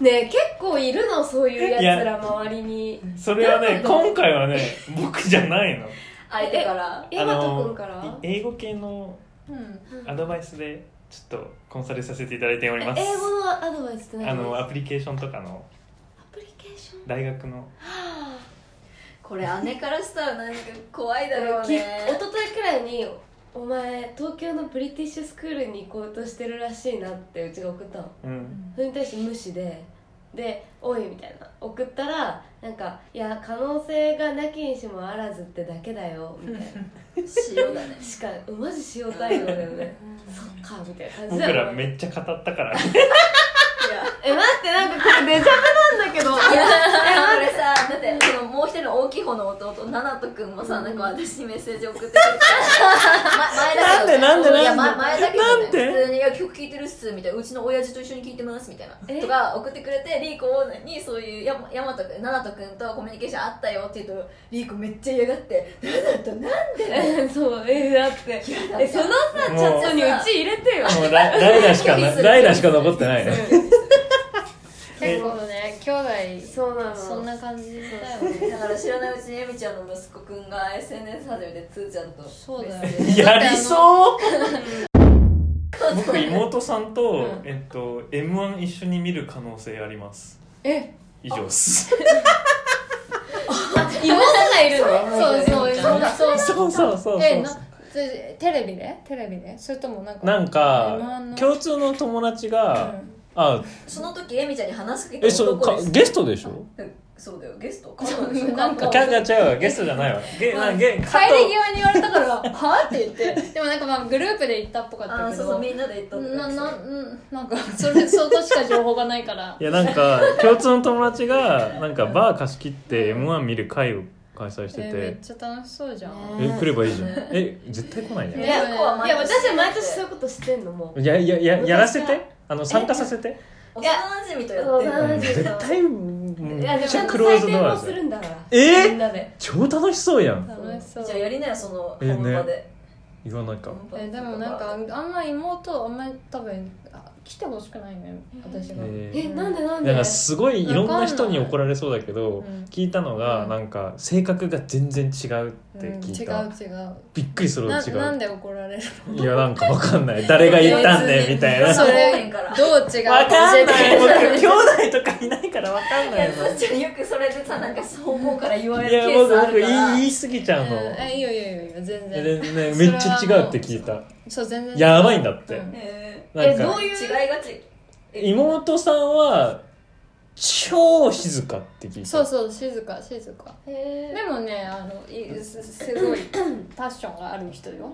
B: うね結構いるのそういうやつら周りに
C: それは ね今回はね僕じゃないの
A: 相手から
B: え
C: あ
B: ま
C: の
B: とくんから
C: い英語系の
D: うん
C: アドバイスでちょっとコンサルさせていただいております
B: 英語のアドバイスって
C: あ
B: 何
C: の
B: ア
C: アプリケーションとかの
B: プリケーション
C: 大学の
A: これ姉からしたらなんか怖いだろう
B: き一
A: ね
B: 昨日くらいに「お前東京のブリティッシュスクールに行こうとしてるらしいな」ってうちが送ったの
C: うん
B: それに対して無視で「で「おい」みたいな送ったらなんか「いや可能性がなきにしもあらずってだけだよ」みたいな
A: 塩だね
B: しかうんマジ塩対応だよねそっかみたいな感じ
C: 僕
B: だよ
C: ら
B: ね
C: めっちゃ語ったから
B: え待ってなんかこれデジャブなんだけど
A: いやこれさだってそのもう一人の大きい方の弟ナナト君もさなんか私にメッセージ送ってくれて ま前だけどね
C: なんでなんでなんで
A: いやま前だけどね
C: なんで
A: 普通に「いや曲聴いてるっす」みたいな「うちの親父と一緒に聴いてます」みたいな
B: え
A: とか送ってくれてリーコにそういうやヤマト君ナナト君とコミュニケーションあったよって言うとリーコめっちゃ嫌がって「ナナトなんで?」
B: そうえ だって
A: だ
B: えそのさチ
C: もう
B: ャットにうち入れてよ
C: もうラライダーしか なライダーしか残ってないねえ
D: 結構ね兄弟
B: そうなの
D: そんな感じだよね
A: だから知らないうちにエミちゃんの息子くんが SNS 始めてつーちゃんと
D: そうだよ
A: メッセージ
D: ね
C: やりそう
A: そう
C: 僕妹さんと、
B: うん
C: えっと m 1一緒に見る可能性あります
D: え
C: 以上っす
D: 妹がいるのそうそう
A: そうだ
D: そ
C: そう
D: う
C: そうそうそう
D: えなそれテレビでテレビでそれともなんか
C: なんか
D: M1 の
C: 共通の友達
D: う
C: が、
D: ん
C: あ
A: その時エミちゃんに話しかけて
C: えそかゲストでしょ
A: そうだよゲスト彼女でしょ
D: なん
C: キ
D: か
C: ャキャ違うわゲストじゃないわゲなゲ
D: 帰り
C: 加
D: 際
C: 藤
D: に言われたから「は?」って言ってでもなんかまあグループで行ったっぽかった
A: あ
D: け
A: そうそ
D: ど
A: うみんなで行った
D: ななうんなんかそれそこしか情報がないか ら
C: いやなんか共通の友達がなんかバー貸し切って m 1見る会を開催してて、
D: えーめっちゃ楽しそうじゃん、
C: え来ればいいじゃんえ絶対来ない
B: い
C: ね
B: や
D: ね
B: いや私は毎年そういうことしてんのもう
C: いやいやいややらせ
B: 昔
C: てあの参加させて
A: 幼馴染みとやってる
B: いや
C: うん絶対
B: い
C: めっち
B: ちゃ
C: ゃ
B: んと
C: クロー
B: 採
C: ズ
B: 点
C: ドア
B: も
C: です
B: す
C: よ
B: るんだから
C: えー
B: みんなで
C: 超楽しそうやん
D: 楽しそう
A: じゃあやりなよその
C: えね
A: 本場で
C: 言わないか
D: えでもなんかあんあんま妹あんまり多分あ来てほしくないね私が、
C: え
B: えなんでなん
C: ー
B: で
C: なんかすごいいろんな人に
D: わか
C: 怒
D: んない
C: られそうだけど
D: うん
C: 聞いたのが
D: うん
C: なんか性格が全然違うって
D: うん、違
C: 聞
D: う違
C: いた
D: う
C: びっくりするほど
D: な
C: 違
D: なん
C: う
D: で怒られる
C: いやなんかわかんない誰が言ったんねみたいな
D: そ
C: わ
D: れどう違う
C: かんない
D: 教えて
C: 僕兄弟とかいないからわかん
A: い
C: ない
A: や
C: の
A: つーちゃんよくそれでさなんか方向から言われ
C: い
A: る
C: や
A: ケー
C: 僕
A: スあ
C: 僕
A: る
C: 言
A: か
C: い
A: ら
C: 言い過ぎちゃうの
D: うんえいいよいいよいいよ全然
C: でねめっちゃ違うって聞いた
D: そう全然
C: やばいんだって
D: うん
A: え
C: なん
B: えどう
C: か
A: ー違いがち
C: 妹さんは超静かって聞いた
D: そうそう静か静か
B: え
D: でもねあのいす すごいパッションがある人よ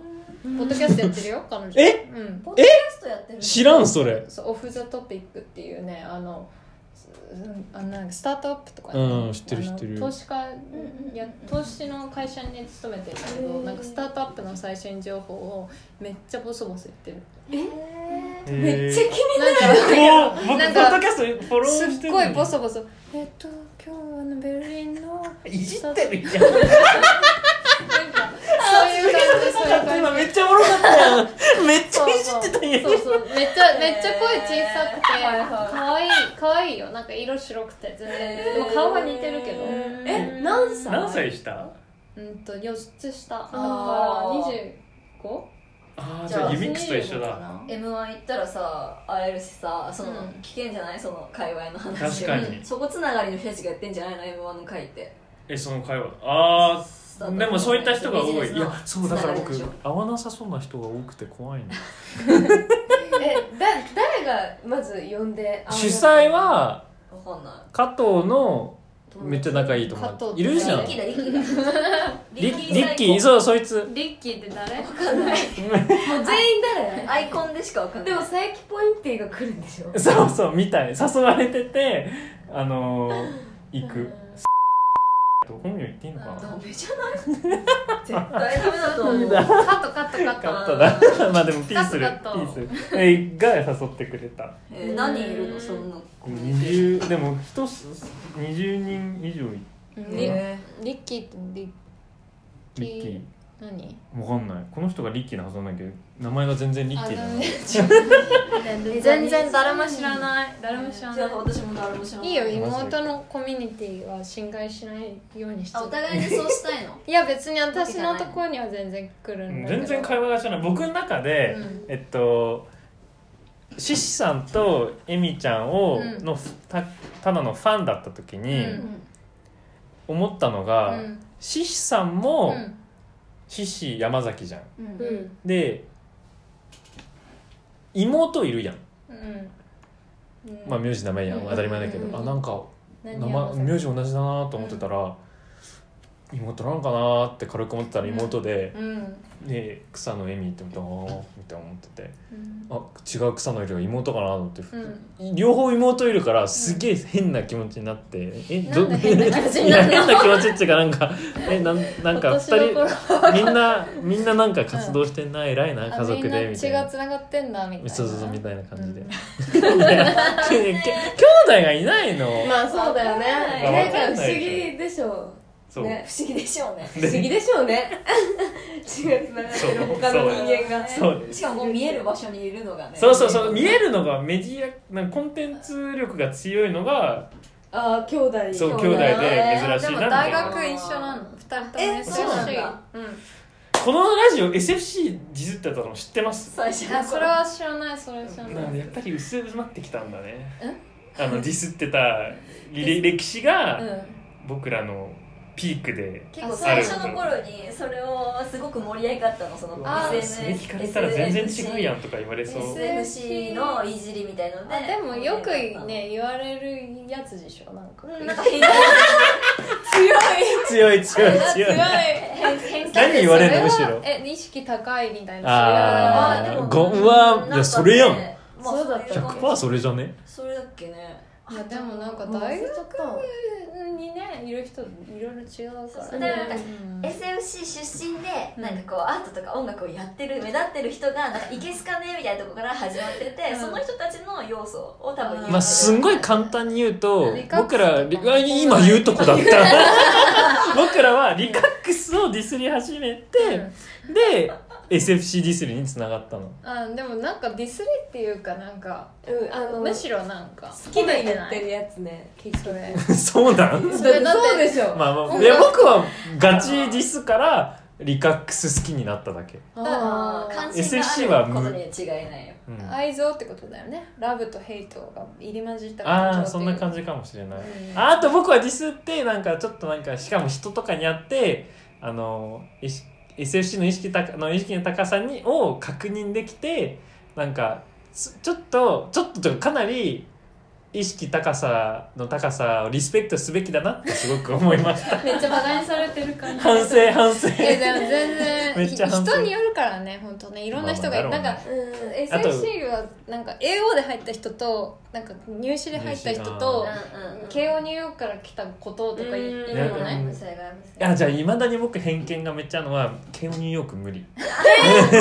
D: ポッドキャストやってるよ彼女
C: え
D: うん
A: ポッドキャストやってる
C: 知らんそれ
D: そうオフ・ザ・トピックっていうねあのすあのなんかスタートアップとか、
C: うん知ってる
D: あ
C: 知
D: の
C: ってる
D: 投資家
A: んうん
D: や投資の会社に勤めてるんだけ
B: へ
D: ど
B: ー
D: なんかスタートアップの最新情報をめっちゃボソボソ言 ってる
B: めっちゃ気に
D: なん
C: も
D: か
C: う僕
D: なん
C: ポッド
D: か
C: キャストフォローして
D: すっ
C: る
D: ご
C: の
D: い
C: に
D: ボソボソ「えっと今日あのベルリンの」
C: いじってるやんそういう
D: なんかそういう感じそういう感じ
C: 今めっちゃおもろかったやんめっちゃいじってたんや
D: そうそうめっちゃめっちゃ声小さくて
A: へーはいはい
D: 可愛い可愛いよなんか色白くて全
A: へ
D: 然
A: ー
D: でも顔は似てるけど
B: え何歳
C: 何歳した
D: うんと4つ下だか
A: あー
D: ら 25?
C: ああ
A: じゃあ
C: ミックスと一緒だ
A: m 1行ったらさ会えるしさその、
D: うん
A: 聞けんじゃないその界隈の話
C: 確かに
A: そこつながりの人たちがやってんじゃないの m 1の会って
C: えその会話あ
A: スター
C: あ
A: ト
C: でもそういった人が多
A: ビ
C: い
A: ジ
C: い
A: ネスの
C: やそうだから僕
A: つながりでしょ
C: 合わなさそうな人が多くて怖いの
B: えだ誰がまず呼んで
C: 主催は
A: わかんな
C: 加藤のめっちゃ仲いい友
D: 加
C: 達
D: 藤
C: いる
A: い
C: じゃん
A: リッキーだリッキーだ最高
C: リッリッキーそうそいつ
D: リッキーって誰
B: もう全員誰
A: アイコンでしかわかんない
B: でも佐伯ポインティが来るんでしょ
C: そうそうみたい誘われててあのー、行く本名言っていいのか
A: ダ
C: な
A: メじゃない絶対ダメだと思う
D: カットカットカッ
C: カ
D: ト
C: ットだ まあでもピースする
D: カット
C: ピ
D: カッ
C: ー
D: ト
C: スするえが誘ってくれた
A: えー何人いるのそんなコミュニティ
C: 20でも一つ20人以上い
D: うんリ
A: え
D: リッキーってリ
C: リッキ
D: 何
C: ーわかんないこの人がリッキーなはずなんだけど名前が全然リッキーじゃない
A: ー
D: 全然誰も知らない誰も知ら
A: じ
D: な
A: ゃ
D: い
A: あ私も誰も知らない
D: いいよ妹のコミュニティは侵害しないようにして
A: あお互いにそうしたいの
D: いや別に私のところには全然来るんだけ
C: 全
D: ど
C: 然会話が違うない僕の中で、
D: うん
C: えっとシシさんとエミちゃんを
D: うん
C: のふたただのファンだった時に
D: うん
C: 思ったの
D: う
C: が、
D: ん
C: シシさんも、
D: うん
C: シシ山崎じゃん
A: うんうん
B: うん
C: で妹いるやん
D: うんうん
C: まあ名字名前やん
D: うん
C: 当たり前だけ
B: うん
C: どあなんか名
D: 何合わせ
C: 前名字同じだなと思ってたら妹なんかなって軽く思ってたら妹で
D: うん
C: で草野恵美って思ってああみたいな思ってて
D: うん
C: あ違う草野いるよ妹かなと思って
D: うん
C: 両方妹いるからすげえ変な気持ちになってえど
D: なんで変な気持ちになるの
C: いや変な気持ちっていうかなんかえなんなんか二人
D: お年
C: みんなみんななんか活動してんな偉いな
D: あ
C: 家族で
D: み
C: み
D: んな
C: たいな
D: 血がつながってんだみたいな
C: そうそうそうみたいな感じで、
D: う
C: い
D: ん
C: やきき兄弟がいないの、
B: まあそうだよね
C: わか
B: なん
C: ん
B: か
C: な
B: 不
C: い
B: 思議でしょ
C: そう、
B: ね
A: 不思議でしょうね
B: う不思議でしょうね 血がつながってる他の人間が
C: そう
A: しかも見える場所にいるのがね
C: そうそうそう見えるのがメディアなんかコンテンツ力が強いのが
B: ああ兄弟
C: そう
A: そう
C: 兄弟で珍し
D: で
C: いなみた
D: も大
C: いな
D: 学一緒なの二人とも
A: え
D: ね
A: そう
C: なん
A: だ
D: しいうん
C: このラジオ SFC ディズってたの知ってます
A: 最初
D: あそれは知らないそれ知ら
C: な
D: ない
C: のでやっぱり薄まってきたんだねあのディスってたり歴史が
D: うん
C: 僕らのピークで
A: 結構最初の頃にそれをすごく盛り上がったのその
D: あー
A: SNS
C: それ聞かれたら全然違うやんとか言われそう
A: SFC のいじりみたいので
D: あでもよくね言われるやつでしょなんか
A: うんなんか変な
D: 強い
C: 強い強い
D: 強い
C: 強い
D: 偏見
C: 何言われるのむしろ
D: そはえ意識高いみたい
C: あ
D: な
C: ー
D: それは
A: でも
C: ごうわ
A: なんかね
C: いやそれやん
A: まあ
B: そうだった
A: いう感じ
C: 100%それじゃね
A: それだっけね
D: いやでもなんか大学
B: ちょっと
D: にねいる人いろいろ違うか
A: そう
D: らね
A: だから SFC 出身でなんかこうアートとか音楽をやってる目立ってる人がなんかいけすかねみたいなとこから始まってて、
D: うん
A: その人たちの要素を多分入れてる
C: まあすんごい簡単に言うと
D: リカックス
C: 僕らリあ今言うとこだった僕らはリカックスをディスり始めてで SFC ディスりにつながったの
D: あでもなんかディスリっていうかなんか
B: うんあの
D: むしろなんか
B: 好きでや
D: や
B: ってるやつね結
D: それ
C: そうなん
B: 局
D: それだって
B: そうでしょ
C: まあまあいや僕はガチディスからリカックス好きになっただけ、
A: あー関心
C: SFC
A: があ
C: は
A: ることには違いないよ
C: うん、あ
D: 愛憎ってことだよねラブとヘイトが入り混じった
C: あー
D: って
C: そ
D: いうん
C: な感じかもしれない
D: うん
C: ああと僕はディスってなんかちょっとなんかしかも人とかにあってあの意識 SFC の意識高の意識の高さにを確認できてなんかすちょっとちょっとというかかなり意識高さの高さをリスペクトすべきだなってすごく思いま した
D: めっちゃ馬鹿にされてる感じ
C: 反省反省
D: いやでも全然
C: めっちゃ反省
D: 人によるからね本当ねいろんな人がいる、
C: まあまあ
D: なんか
B: うんえ
D: SFC はなんか AO で入った人となんか入試で入った人
A: う
D: と
A: んうんうん
D: 慶応ニューヨークから来たこととかい
B: うん
D: いるのね
C: ね
A: 無性が無性
C: あじゃあいまだに僕偏見がめっちゃあるのはケオニューヨーク無理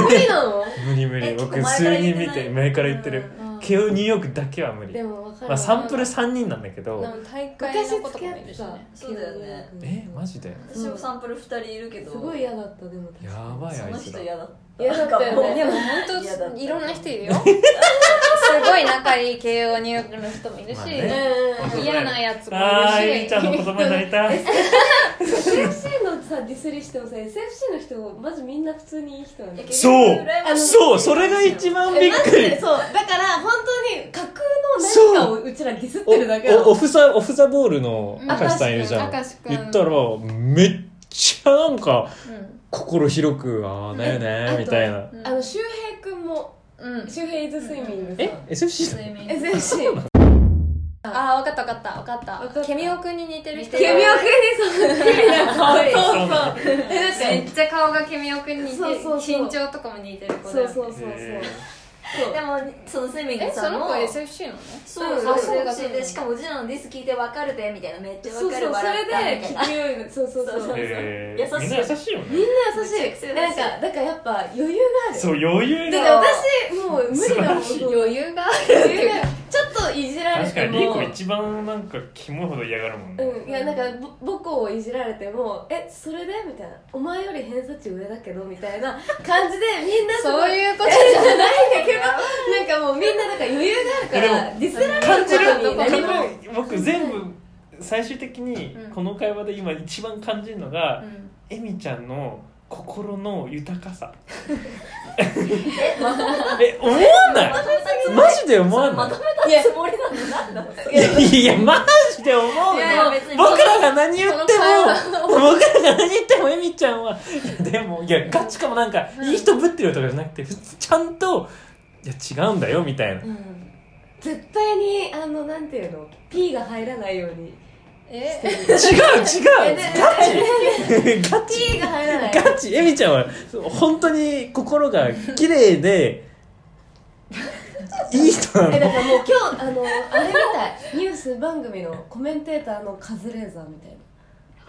B: 無理なの
C: 無理無理
A: え
C: 僕
A: 結構前
C: 数
A: から言
C: 人
A: ってな
C: 見
A: い
C: て前から言ってる、
D: うん
C: ケオニューヨークだ けは無理
B: でもわかる、
C: まあサンプル3人なんだけど、
D: でも大会の
B: 昔
D: 子と
B: 付
D: かも
B: き合っ
D: いる
B: て
D: したね
A: そうだよね
C: えマジで
A: 私もサンプル2人いるけど
B: すごい嫌だったでも確か
C: や
B: に
C: ばい
A: そ
C: あい
A: の
C: つ
A: 人
C: ら
A: 嫌だった
B: 嫌だったよね
A: なんかう
D: でも
A: 嫌だっ
D: 本
A: た
D: 当いろんな人いるよすごい仲いい慶応ニューヨークの人もいるし、
C: まあ
B: う
C: ねう
B: ん
C: ん
D: 嫌なやつも
C: あーゆ
D: い
C: り
D: る
C: ちゃんの
D: し
C: 言葉になりたい
B: SFC のさディスりしてもさ SFC の人まずみんな普通にいい人なの
C: そう
A: 羨ましい
C: そうそれが一番びっくり
B: そうだから本当に架空の何かをうちらディスってるだけな
C: おおオ
B: の
C: フザオフザボールの
D: うん
C: 明石さんいるじゃん
D: 明石君
C: 言ったらめっちゃなんか
D: うん
C: 心広くああだよ
B: あ
C: ね
B: と
C: みたいな
D: うん
B: あの周平君も
D: うん
B: 周平イズスイミングさ
C: え SFC だ
A: 睡眠
B: SFC
D: ああ分かった分かった分か
B: わ
D: っ
B: かった
D: たケミオくんに似てる人
B: ケミオ君にそのケミな顔
A: 可愛い
C: そうなの
B: えだっ
D: め
B: て
D: っちゃ顔がケミオくんに似てる
B: そうそうそう
D: 身長とかも似てる子だ
B: そ
D: よ
B: う
D: ね
B: そうそうそう
C: え
A: でもその睡眠
D: え
A: さ
D: そ
A: ん
D: の
A: も
D: 子 SFC なの
A: そう
B: うん
A: そう
D: あそう
A: でしかもうちらのディス聞いてわかるでみたいなめっちゃ
B: そ
A: わ
B: う
A: か
B: そ
A: る
B: うそ
A: 笑
B: れ
A: ったみた
B: で
A: いな
B: 聞くようにそうそうそう
A: そうそう
C: へ
A: 優しい
C: ーみんな優しいよ
B: みん
C: ね
B: な優し
A: めちゃくちゃ優し
B: い
A: い
B: なんかだからやっぱ余裕がある
C: そう余裕
B: だ
C: が
B: から私もう無理 だもん
C: 素晴
B: 余
D: 余裕があるっていうか
B: ちょっといじられ
C: 確か
B: て
C: にリー
B: も
C: コ一番なんかキモいほど嫌がるもんね
B: うん、いやなんかぼ母校をいじられても「えそれで?」みたいな「お前より偏差値上だけど」みたい な感じでみんなすご
D: そう
B: い
D: いうことじゃ
B: じゃないんだけどなんかもうみんななんか余裕があるからディスられる
C: 感じる
B: ことに何も
C: 僕全部最終的にこの会話で今一番感じるのが、えみちゃんの心の豊かさえ思わないマジで思わ
A: ま
C: な
A: と
C: い
A: めたつもりなのなんだ
B: いや
C: いやマジで思う
A: い
C: の
A: やいや別に
C: 僕らが何言って
D: その
C: も僕らが何言ってもえみちゃんはいやでもいやガチかもなんか、
D: うん
C: いい人ぶってるとかじゃなくて普通ちゃんといや違うんだよみたいな
B: うん絶対にあのなんていうの P が入らないように
D: え
C: 違う違うガチガチ
B: P が入らない
C: ガチエミちゃんは本当に心が綺麗でいい人な
B: えだ
C: の
B: からもう今日あのあれみたいニュース番組のコメンテーターのカズレーザーみたいな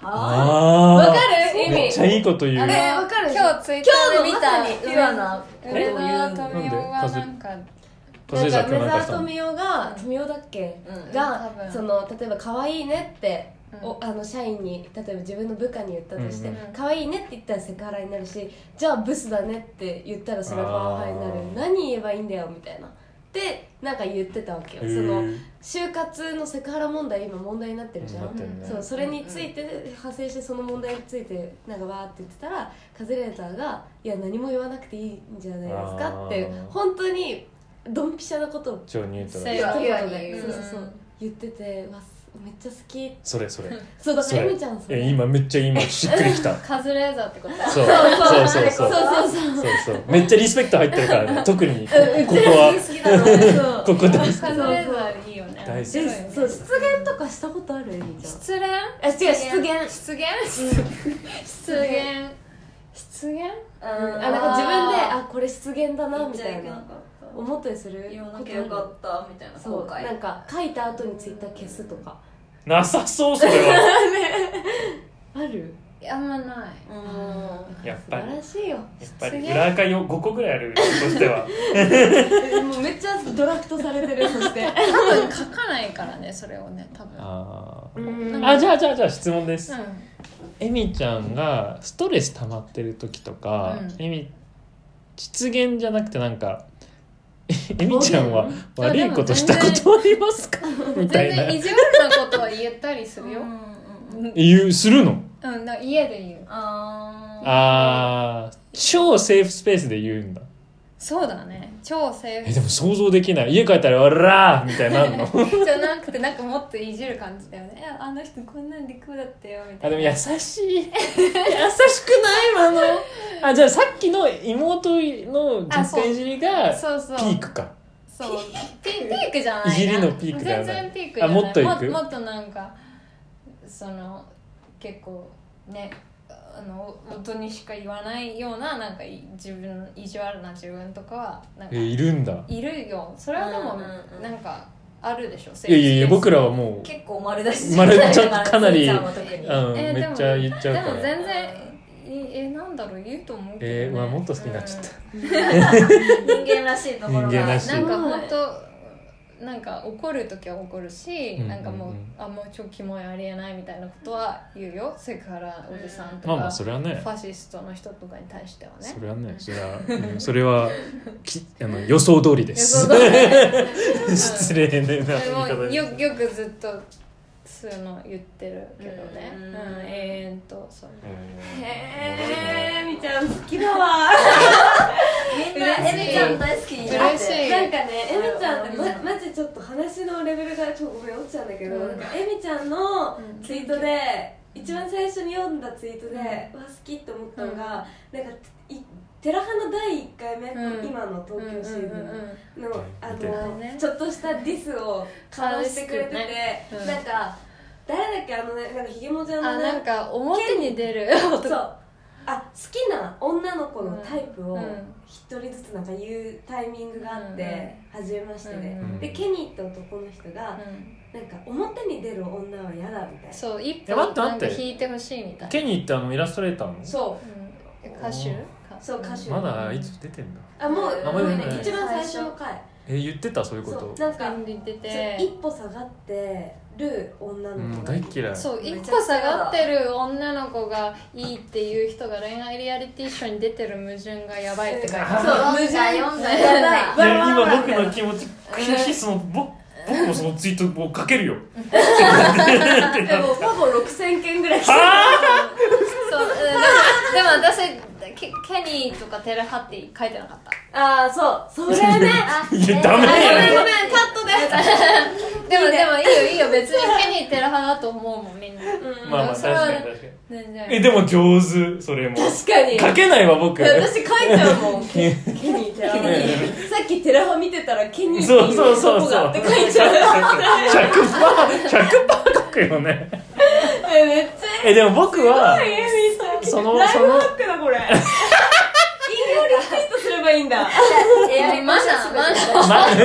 A: あ
C: あ
D: わか
C: ー
D: る意
C: めっ
D: 味
C: ちゃいいこと言う
A: あれ
D: え
A: わかる
D: 今日ツイッタ
A: 今
D: ー
A: 日の
D: で見
A: ま
D: た
A: さにピュアなことを言
D: 梅
A: う
D: 沢
C: な
D: 富
C: んで
D: 美男はなんか
C: カズレーザー君なんか
B: なん
C: した
B: か
C: の
B: 梅沢富美男が富美男だっけ、
A: うん
B: が
D: 多分
B: その例えば可愛いねって、
D: うん
B: おあの社員に例えば自分の部下に言ったとして、
C: うん
D: うん
B: 可愛いねって言ったらセクハラになるしじゃあブスだねって言ったらそれはパワハラにな
C: あ
B: る
C: ー
B: 何言えばいいんだよみたいなでなんか言ってたわけよ
C: へ
B: その
C: ー
B: 就活のセクハラ問題今問題になってるじゃ
C: なっ
B: ん
C: てるね
B: そうそれについて派生してその問題についてなんかわーって言ってたらカズレーザーが「いや何も言わなくていいんじゃないですか」っ
C: あ
B: て
C: ー
B: 本当にドンピシャなことを
C: 超ニュートラ
D: せ
C: ル
D: よ
B: 一言
A: う
B: で
A: ん
B: そうそうそう言っててわすめっちゃ好き
C: それそれ
B: そうだか
C: そ
B: ら
C: れ
B: エミちゃんそ
C: いや
B: れ
C: 今めっちゃ今しっくりきた
D: カズレーザーってこと
C: そうそうそう
B: そ
C: そうう
B: そうそう
C: そうそうめっちゃリスペクト入ってるからね特にここは
B: 好きなの そう
C: ここ大好き
D: カズレーザーいいよね
C: 大好き
D: 面白いよ
B: え
D: ね
B: そう失恋とかしたことあるエミちゃん
D: 失恋
B: あ違う失言
D: 失言失言失言
B: あ
A: あ
B: なんか自分であこれ失言だな
A: 言っ
B: み
A: ちゃ
B: た
A: い
B: い
A: けなか
B: な
A: った
B: 思ったりする
A: 言わなきゃよかったみたいな
B: そ
A: 後
B: うな
A: 悔
B: んか書いた後にツイッター消すとか
C: なさそうそれは
B: ある
D: あんまないう
C: やっぱり
B: 素晴らしい
C: や
B: よ
C: っぱり裏垢よ5個ぐらいあるとしては
B: えもうめっちゃドラフトされてるそして
D: 多分書かないからねそれをね多分
C: あ
B: うん
C: あじゃあじゃあじゃあ質問です、
D: うん
C: エミちゃんがストレス溜まってる時とか、
D: うん
C: エミ失言じゃなくてなんか エミちゃんは
D: 暴言
C: 悪いことしたことありますか みた
D: 全
C: い
D: 然
C: な
D: 意地悪なことは言ったりす
A: ん
D: るよ
A: う、んうんうん
C: 言うするの
D: うん、だから家で言う
A: あー
C: あー超セーフスペースで言うんだ
D: そうだね超セ
C: え
D: ー
C: でも想像できない家帰ったら「わらー!」みたいになるの
D: フじゃなくてなんかもっといじる感じだよねいやあの人こんなんでこうだったよみた
C: あ
D: い
C: で
D: な
C: も優しい優しくない今 のあじゃあさっきの妹の
D: あ
C: 若
D: そう
C: 干いじりが
D: そうそう
C: ピークか
D: そうピピークじゃないない
C: じりのピークではない
D: 全然ピークじゃない
C: あもっといく
D: ももっとなんかその結構ねあの音にしか言わないようななんかい自分意地悪な自分とかはなんか
C: えいるんだ
D: いるよそれはでも
A: うんうんうん
D: なんかあるでしょ
C: いやいやいや僕ら
D: は
C: はもう
A: 結構丸出し
C: 丸ちょっとかなり
A: ちゃんは特に
C: あの
D: えー
C: め
D: でも
C: っちゃ言っちゃうか
D: でも
C: ら
D: 全然いえなんだろう言うと思うけど、ね、
C: えーうわもっと好きになっちゃった
A: 人間らしいところが
C: 人間ら
D: う
C: しい
D: んなんか本当なんか怒る時は怒る
C: う
D: し、
C: んうんうん
D: なんかもうあもう超キモいありえないみたいなことは言うよセクハラおじさんとか、
C: まあまあそれはね
D: ファシストの人とかに対してはね
C: それはねそれは、うんそれはきあの予想通りで
D: いや
C: す
D: そうだね
C: 失礼な言い
D: でも
C: 方
D: よ
C: で
D: よくずっとそういうの言ってるけどね、
A: う
D: うんん永遠とそう
B: へ
C: え
B: えみちゃん好きだわ
A: みんなエミちゃん大好きになっ
D: 嬉しい
A: て
B: なんかね、えみちゃんってま、マジちょっと話のレベルがちょっとごめん落ちちゃうんだけど、
D: うん
B: なんかえみちゃんの
D: うん
B: ツイートで、一番最初に読んだツイートで、わ好きって思ったのが、なんかい寺派の第1回目、
D: うん
B: 今の東京シーズンの、あ
C: 見て
B: の、
D: ね
B: ちょっとしたディスをかわしてくれてて、
D: かわしてねうん
B: なんか誰だっけあのねなんかひげもじゃんの
D: あ
B: ね
D: なんか表に出る
B: そうあ好きな女の子のタイプ
D: う
B: を
D: ん
B: 一人ずつなんか言うタイミングがあって初めましてで、
D: うん
C: うん
B: でケニーって男の人が
D: うん
B: なんか表に出る女は嫌だみたいなそ
D: そう一
C: え
D: 歩
C: 待って
D: な
C: 待っ
D: ん
C: て
D: か引いてほしいみたいな
C: ケニーってあのイラストレーターの
B: う
D: うん歌手か
B: そう歌手
C: まだいつ出てんだ
B: あもう
A: あ
C: まだ
B: もうね
C: 出てない
B: 一番最初の回
C: え言ってたそういうこ
B: そ
C: と
B: うなんか
D: 便利出
B: そう
D: て
B: 一歩下がってる女
C: うん
B: の
C: も
B: 子
C: う
B: が
C: 大嫌い
D: そう
A: め
D: 一
A: ちゃくちゃ
D: 個下がってる女の子がいいっていう人が恋愛リアリティショーに出てる矛盾がやばいって書いて
A: そ
D: あ
A: う読
D: る
A: んだ読んだ
B: やばい
A: や
C: い
A: ばい
C: や今僕の気持ち悔しいそのぼ僕もそのツイートをかけるよ
B: でもファボ6000件ぐらい来て
D: そううんでもでも私ケケニーとかテレハって書いてなかった
B: ああそうそれね
C: いやダメだよ
B: あごめんごめんカットで
D: でもでもいいよいいよ別にケニーテレハだと思うもんみんな
C: まあまあ確
D: それは
C: かに確かに
D: 全然
C: えでも上手それも
B: 確かに
C: かけないわ僕
B: 私書いちゃうもんケニーってさっきさっきテラファ見てたらケニーって
C: そう
B: いう
C: そうそう
B: 男
C: そう
B: がって書いちゃう
C: 100%100% 書くよね
B: えめっちゃ
C: えでも僕は
B: えみさ
C: そ
B: ん
C: の
B: ライ
C: そ
B: フ
C: の
B: ハックだこれ引用リツイートすればいいんだ
A: えやりましたマナ
C: ま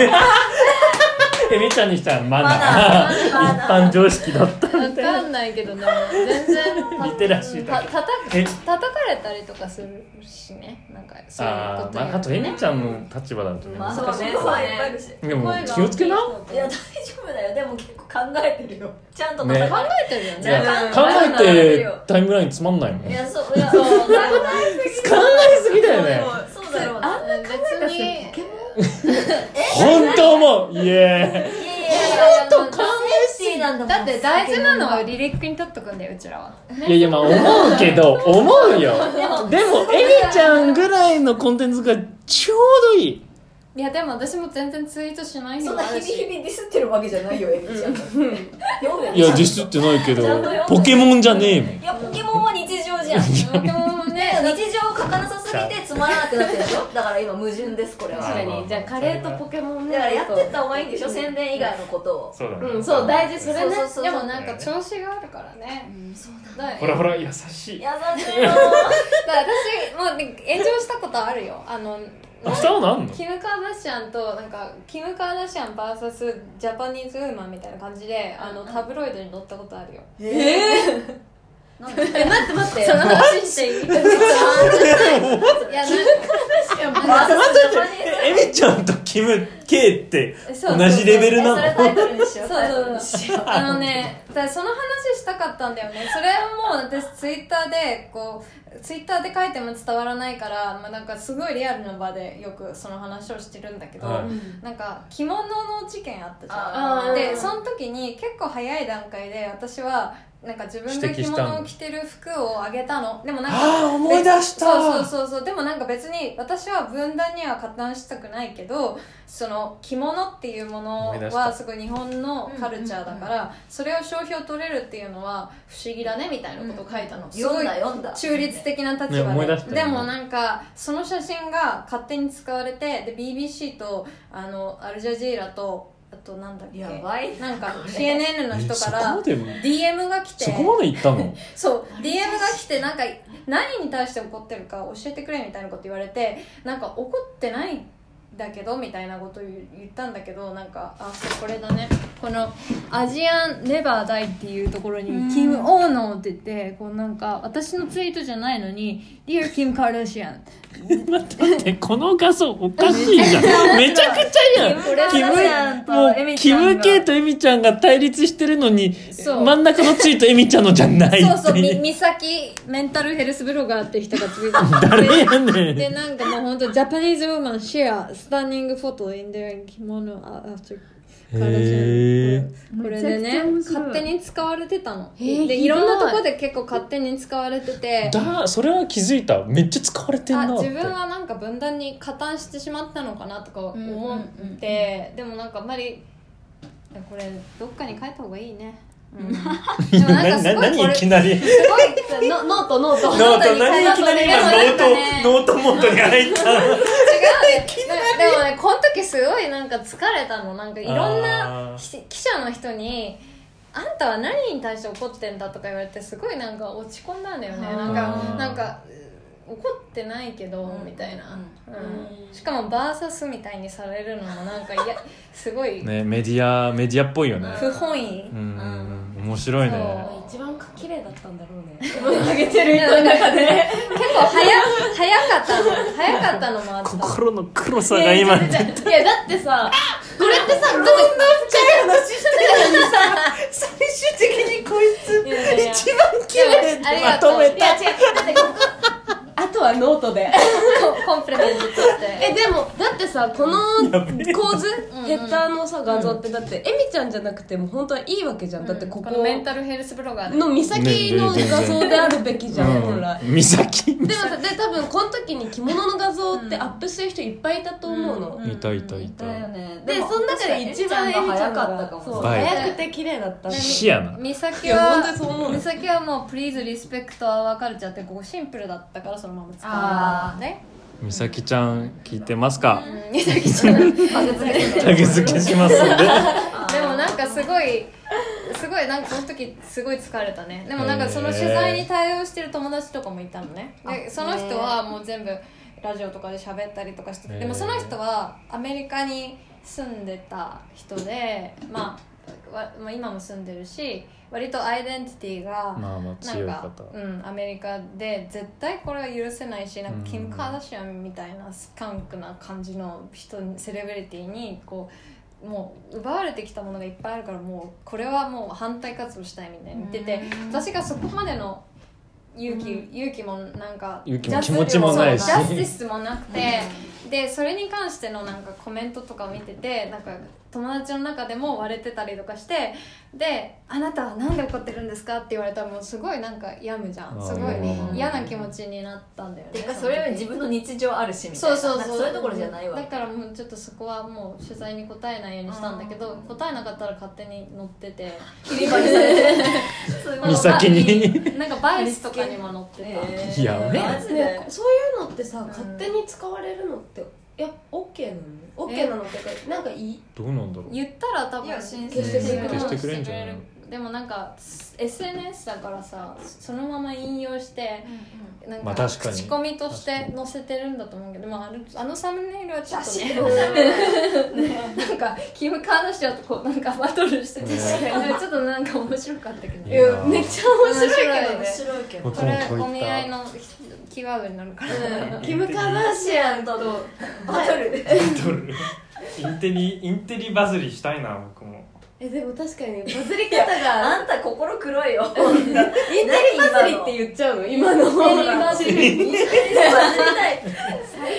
C: えみちゃんにしたらマナー
A: マナーマナー
C: 一般常識だった
D: わかんないけどね全 然た
C: リテラシーだ
D: た叩く
C: え
D: 叩かれたりとかするしねなんかそういう
C: あ
D: こ
C: ー、
D: と
C: まあ、あとえみちゃんの立場だとね、
A: まあ
B: そうね
A: そうね
B: いっぱいあるし
C: でも気をつけない
A: や大丈夫だよでも結構考えてるよちゃんと
C: ね
D: 考えてるよ
C: い
D: ね
C: や
A: うん
C: 考えてタイムラインつまんないもん
A: い
C: 考
A: やそういやそう考え
C: えすぎだよね
A: そうだろう
D: あんな考えた人ポケ
C: 本当もうイエ
A: いやいやいや
D: と考
A: セーフティーなんだもん
D: だって大事なのはリリックに取っとくんだようちらは
C: ーイいやいやまあ思うけど思うよでもえみちゃんぐらいのコンテンツがちょうどいい
D: いやでも私も全然ツイートしない日
A: そん
D: も
A: な
D: あ
A: 日々日
D: るし
A: 々ディスってるわけじゃないよエミちゃん読むよ
C: いや実質ってないけど
A: ちゃんと読んだ
C: ポケモンじゃねえもん
A: いやポケモンは日常じゃん日
D: でも ね
A: 常を書かなさすぎてつまらなくなってるでしょだから今矛盾ですこれ
B: 確
A: は
B: かにじゃあカレーとポケモンね
A: だからやってった方がいいんでしょ宣伝以外のことを
C: そうだ
B: うんそう大事それね
A: そうそうそう
D: でもなんか調子があるからねそうだ
C: ほ
D: から
C: ほら優しい
A: 優しいよ
D: ら私もうね炎上したことあるよあの
C: あしたはなんの
D: キム・カーダシアンとなんかキム・カーダシアン VS ジャパニーズウーマンみたいな感じであのタブロイドに載ったことあるよ
A: え
B: え待って 待って
D: その話していいいやなんか
A: 待って待って
C: ええみちゃんとキム K って
D: そう
C: 同じレベルな
A: それタイ
C: の
A: トルにしよう
D: そうそうそうあのねだからその話したかったんだよねそれも私ツイッターでこうツイッターで書いても伝わらないから、まあ、なんかすごいリアルな場でよくその話をしてるんだけど、
C: はい
D: なんか着物の事件あったじゃん
A: あ
B: ー
D: で
B: うん
D: その時に結構早い段階で私はなんか自分が
C: 指摘
D: 着
C: したんだ
D: 物を着てる服をあげたのでもなんか
C: ああ思い出した
D: そうそうそうそうでもなんか別に私は分断には加担したくないけどその着物っていうもの
C: 思い出した
D: はすごい日本のカルチャーだから、それを商標取れるっていうのは不思議だねみたいなことを書いたの、すご
A: 読ん
D: い
A: だ読んだ
D: 中立的な立場で、
C: ね思い出したよね
D: でもなんかその写真が勝手に使われてで BBC とあのアルジャジーラとあとなんだっけ
A: やばい
D: なんか
A: これ
D: CNN の人
C: えそこ
D: から
C: まで
D: DM が来て
C: そこまで行った の
D: そう DM が来てなんか何に対して怒ってるか教えてくれみたいなこと言われてなんか怒ってないんだけどみたいなこと言言ったんだけどなんかあそうこれだねこのアジアンレバー大っていうところに「キム・オーノー」って言ってこうなんか私のツイートじゃないのに「Dear Kim Kardashian
C: だってこの画像おかしいじゃ んめちゃくちゃやん
A: これ
C: キム
A: はさん
C: も
A: とエ
C: う
A: ミ
C: キ
A: ちゃんが
C: ム K とエミちゃんが対立してるのに
D: そう
C: 真ん中のツイートエミちゃんのじゃない」
D: そうそ
C: っ
D: う
C: てい
D: み
C: う
D: 美咲メンタルヘルスブロガーって人がツイートして
C: 誰やねん
D: でなんかもう本当ジャパニーズウーマンシェアスタンディングフォトインデア着物アフターカラジ
C: へ
D: ャ
C: ー
D: ンこれで
B: めちゃくち
D: ね
B: ゃ面白い
D: 勝手に使われてたの
B: へー
D: で
B: ひ
D: い
B: どい
D: ろんなとこで結構勝手に使われてて
C: だそれは気づいためっちゃ使われてん
D: あ
C: なって
D: 自分はなんか分断に加担してしまったのかなとか思って、
A: うんうんうん
D: でもなんかあんまりこれどっかに書いた方がいいね、でもなんかす
C: な
D: ごいこ
C: 何い
D: れ
C: きなり
D: すごい
B: ノノートノート
C: ノー
D: ノート
C: ト
D: に
C: 何いきなり今
D: ノートに
C: ノートノートモードに入ったの
D: 違うねででもねこの時すごいなんか疲れたのなんかいろんな
C: あー
D: 記記者の人に「あんたは何に対して怒ってんだ」とか言われてすごいなんか落ち込んだんだよね
A: あー
D: なんかなんかう怒ってないけど、みたいな、うんしかもバーサスみたいにされるのもなんかい やすごい
C: ねメディアメディアっぽいよね
D: 不本意
C: う、んうんうん面白いね
D: そう
B: 一番綺麗だったんだろうね
D: 上げてる人の中で結構早早かったの 早かったのもあった
C: 心の黒さが今
B: いやだってさこれ ってさこんな深い話してたのにさ最終的にこいつ
D: いやいやいや
B: 綺麗
D: あり
C: ま
D: がとう
C: とめた
B: や違うだってここあとはノートで
D: コンプレメントとして
B: えでもだってさこの構図
D: ん
B: ヘッダーのさ画像ってだってえみちゃんじゃなくても本当はいいわけじゃんだってここ
D: のメンタルヘルスブロガーで
B: の美咲の
C: ねね
B: 画像であるべきじゃん
C: う
B: 本
C: ん
B: 来
C: 美咲
B: でもさで多分この時に着物の画像ってアップしてる人いっぱいいたと思うの、
C: いたいたいた
A: だよね
B: で
A: も
B: その中で一番
A: 確かにエミちゃんが早かったか
B: そう
A: も
C: 映えた
B: 早くて綺麗だった
C: 死やな
D: 美咲
B: いや本当
D: は
B: にそう思う
D: 美咲はもう「Please respect our culture」ってここシンプルだったからそのまま使う
A: あー
D: ね
C: 美咲ちゃん聞いてますか
D: 美咲ちゃん で
A: バグ付けして
C: タグ付けし ますんで
D: もなんかすごいすごいなんかこの時すごい疲れたねでもなんかその取材に対応してる友達とかもいたのねでその人はもう全部ラジオとかで喋ったりとかしててでもその人はアメリカに住んでた人で、まあ、わまあ今も住んでるし割とアイデンティティが
C: まあまあ
D: なん
C: 強い
D: か
C: 方、
D: うん、アメリカで絶対これは許せないしなんかキ
C: うん
D: ム・カーダシアンみたいなスカンクな感じの人にセレブリティにこうもう奪われてきたものがいっぱいあるからもうこれはもう反対活動したいみたいに言ってて
A: うん
D: 私がそこまでの勇気、勇気もなんか
C: 勇気も
D: ジャズ
C: 気持ちも
A: ないし
D: そうジャスティスもなくて。でそれに関してのなんかコメントとかを見ててなんか友達の中でも割れてたりとかしてで「あなたはなんで怒ってるんですか?」って言われたらもうすごいなんか病むじゃん
C: あー
D: すごい
A: うん
D: 嫌な気持ちになったんだよ
A: て
D: ね
A: いうかそれより自分の日常あるしみたい
D: そう
A: な
D: そう
A: なん
D: そ
A: か
D: う
A: そういうところじゃないわ
D: だからもうちょっとそこはもう取材に答えないようにしたんだけど答えなかったら勝手に乗ってて切り替えさ れて
C: 美咲に
D: なんかバイスとかにも乗ってた、
A: え
C: やべえ
A: マジで
B: ね、そういうのってさ、勝手に使われるのっていや OK なのオッケーなのってかなんかいい
C: どうなんだろう
D: 言ったら多分申請
B: 消してくれる
D: うん
B: 消して
C: くれんじゃない
D: してくれるでもなんか SNS だからさそのまま引用してなん
C: まあ
D: か
C: 確かに
D: 口コミとして載せてるんだと思うけどでもあのあのサムネイルはちょっとねなんかキム・カーダシアンとこうなんかバトルしてて
C: ね
D: ちょっとなんか面白かったけど
C: い
B: い
C: や
B: やめっちゃ面白いけど
A: 面
B: ね
A: 白いけど
C: 僕
D: こ
C: も
D: れ
C: こういった
D: お見合いのキーワードになるから
B: うんキム・カーダシアンとバトル
C: ドル
E: インテリインテリバズりしたいな僕も
B: えでも確かにバズり方が
A: あんた心黒いよ
B: インテリバズりって言っちゃうの今の方が
D: インテリ
A: インテリ バズりたい最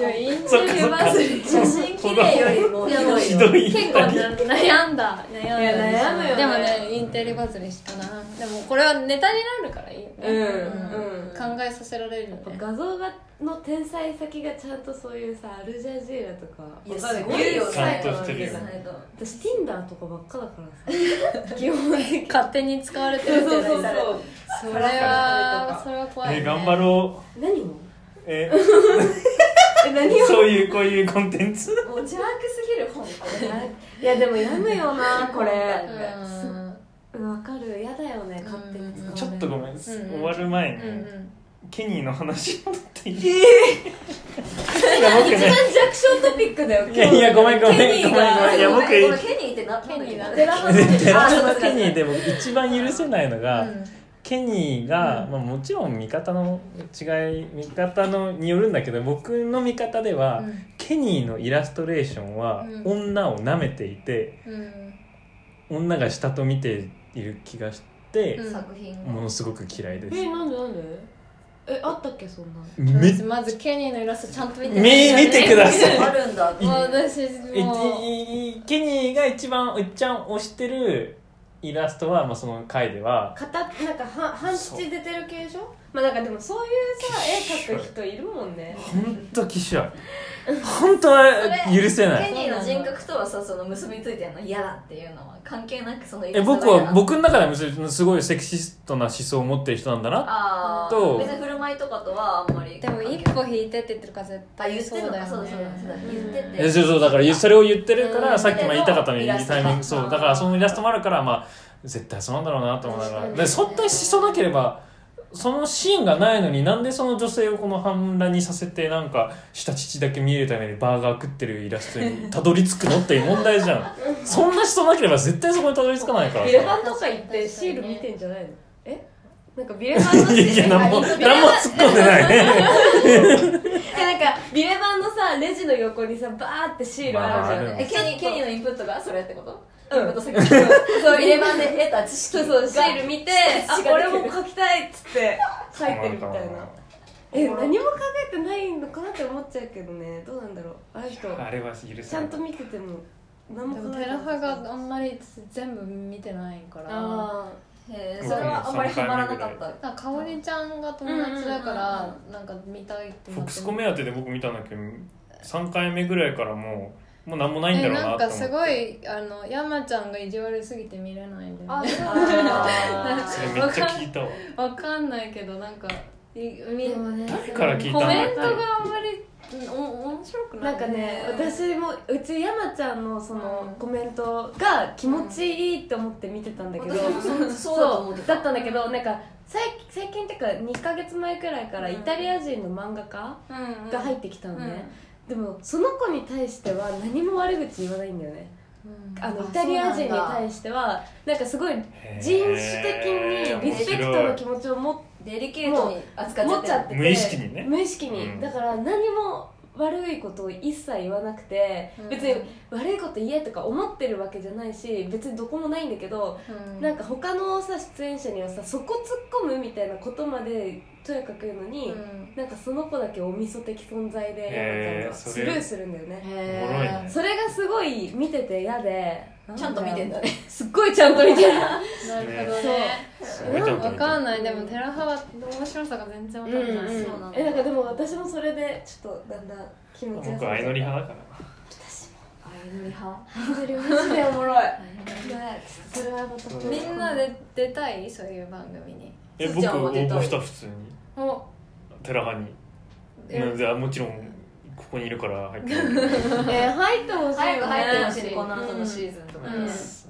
A: 低だよ
B: イン
C: そ
B: テ
C: っか
B: リ
C: そっ
B: バ
C: か
B: ズり
A: 写真綺麗よりもひどい
C: ひ
A: よ
C: どい
D: 結構悩んだ悩んだ
B: いや悩むよね
D: でもねインテリバズりしたなでもこれはネタになるからいいよね、
B: うんうん
D: 考えさせられるよね
B: 画像がの天才先がちゃんとそういうさアルジャジーラとか
A: いやすごいよね
C: ちゃんとしてるよ
A: サイト
B: 私 Tinder とかばっかだからさ基本的に
D: 勝手に使われてるじゃないですかそれはそれは怖い、ね、
E: え頑張ろう
B: 何を
E: え
B: え何を
E: そういうこういうコンテンツ
A: もう邪悪すぎる本
B: いやでもやむよなこれ
D: うん
B: わかるやだよね勝手に使われる
E: ちょっとごめん、す
D: うん
E: 終わる前に、
D: うんうん
E: ケニーの話を持っていい、
B: 一
E: いや僕ね
B: 番弱小トピックだよ
E: いやいやごめんごめん
B: ケニーが
E: ごめんごめんいや僕
A: このケニーってな
D: ケニーだ
A: テラハシ
C: で
A: あ
C: そ
A: そう
C: の
A: だ
C: ケニーでも一番許せないのが、
D: うん
C: ケニーが、まあ、もちろん見方の違い見方のによるんだけど僕の見方では、
D: うん
C: ケニーのイラストレーションは、
D: うん
C: 女を舐めていて
D: うん
C: 女が下と見ている気がして、
D: うん
A: 作品
C: ものすごく嫌いです、
B: えなんでなんでえあったっけそんな
C: めっ
D: まずケニーのイラストちゃんと見て
C: み見てください
A: あるんだ
D: いもう私もう
C: いいいケニーが一番おっちゃん推してるイラストは、まあ、その回では
B: 片なんかは半乳出てる系でしょまあなんかでもそういうさ絵描く人いるもんね
C: 本当きしょい本当は許せない
A: ケニーの人格とはさその結びついてるの嫌だっていうのは関係なくその
C: え僕は僕の中でもすごいセクシストな思想を持ってる人なんだな
A: あ
C: と
A: あ別に振る舞いとかとはあんまり
D: でも一歩引いてって言ってるから絶
A: あ言
D: 対
A: って
D: そ
A: ん
D: う
A: の
D: だよ
A: か
D: ね
A: そうだそうだそうだ言ってて
C: えそうそうだからそれを言ってるか
D: う
C: ら
D: ん
C: さっきも言いたかったのいい
A: イラスト
C: タイミングそうだからそのイラストもあるからまあ絶対そうなんだろうなと思いなが
B: 確からに
C: でそんな思想なければそのシーンがないのになんでその女性をこの反乱にさせてなんか下乳だけ見えるためにバーガー食ってるイラストにたどり着くのっていう問題じゃんそんな思想なければ絶対そこにたどり着かないから
B: ビレ
C: さ
B: 版とか行ってシール見てんじゃないのえなんかビレ版の
C: いやいや何も何も突っ込んでないね
B: えなんかビレ版のさレジの横にさバーってシールあるじゃん
A: え
B: え
A: ケニーケニーのインプットがそれってこと
B: うん
A: インプット先そう入れ歯で得た知識
B: そうそうシール見てあ
A: 血が出
B: 俺
A: てる
B: も描きたいっつって描いてるみたいなえ何も考えてないのかなって思っちゃうけどねどうなんだろうあの人
E: あれは許
B: ち
E: せ
B: ゃ
E: なんい
B: と見てても何も
D: で
B: 考
D: も
B: え
D: テ
B: てな
D: ラ
B: い
D: ハがあんまり全部見てないから
B: あ
A: へーそれはあんまりハマらなかった
D: なんかおりちゃんが友達だから、
A: うんうん
D: なんか見たいって
E: フォ
D: な
E: ッ
D: っ
E: ク
D: て
E: スコ目当てで僕見たんだけど3回目ぐらいからもうもう何もないんだ
D: え
E: ろう
D: な
E: なんと
D: か
E: 思って
D: すごいあの山ちゃんが意地悪すぎて見れないんだよね
A: あー
E: それめっちゃ聞いたわ
D: わかんないけどなんかみ
B: でもね
E: 誰から聞いた
D: コ
E: の
D: メントがあんまりお面白くない
B: なんかね私もうち山ちゃんのそのコメントが気持ちいいって思って見てたんだけど、
A: 私もそうそうだと思ってた
B: だったんだけどなんか最最近っていうか2ヶ月前くらいから
D: うん
B: イタリア人の漫画家
D: うん
B: が入ってきたのね、でもその子に対しては何も悪口言わないんだよね
D: うん
B: あの
A: あ
B: イタリア人に
A: そうなんだ
B: 対してはなんかすごい
E: へー
B: 人種的にリスペクトの気持ちを持っ
A: デリケートに扱っち
B: 持
A: ゃっ
B: ってちゃってて
E: 無意識にね
B: 無意識に、
E: うん
B: だから何も悪いことを一切言わなくて、
D: うん
B: 別に悪いこと言えとか思ってるわけじゃないし別にどこもないんだけど、
D: うん
B: なんか他のさ出演者にはさそこ突っ込むみたいなことまでとやかく言うのに、
D: うん
B: なんかその子だけおみそ的存在で、
E: へー
B: 山ちゃんが
E: そ
B: ス
E: れ
B: ルーするんだよね
A: へー
E: おもろいね
B: それがすごい見てて嫌で
A: ちゃんと見てんだ ね
B: すっごいちゃんと見てる
D: なるほど
B: そう
D: ね
E: めちゃくちゃ
D: わかんないでも寺派は面白さが全然わかんない、
A: うん
D: そうなの
B: えなんかでも私もそれでちょっとだんだん気持ちが
E: 僕は相乗り派だから
A: あやのり派
B: それマジでおもろいそれはまた
E: そう
D: みんなで出たいそういう番組に
E: え
A: す
E: 僕
A: ーちゃん
E: 応
A: は出たい
E: 募した普通に
D: お
E: 寺派に
D: え
E: なんであもちろんここにいるから入ってないお願いし
B: えー、入ってほしい
A: 早く
B: よね
A: 入ってほしいこの後のシーズンとかね
D: うん
E: ます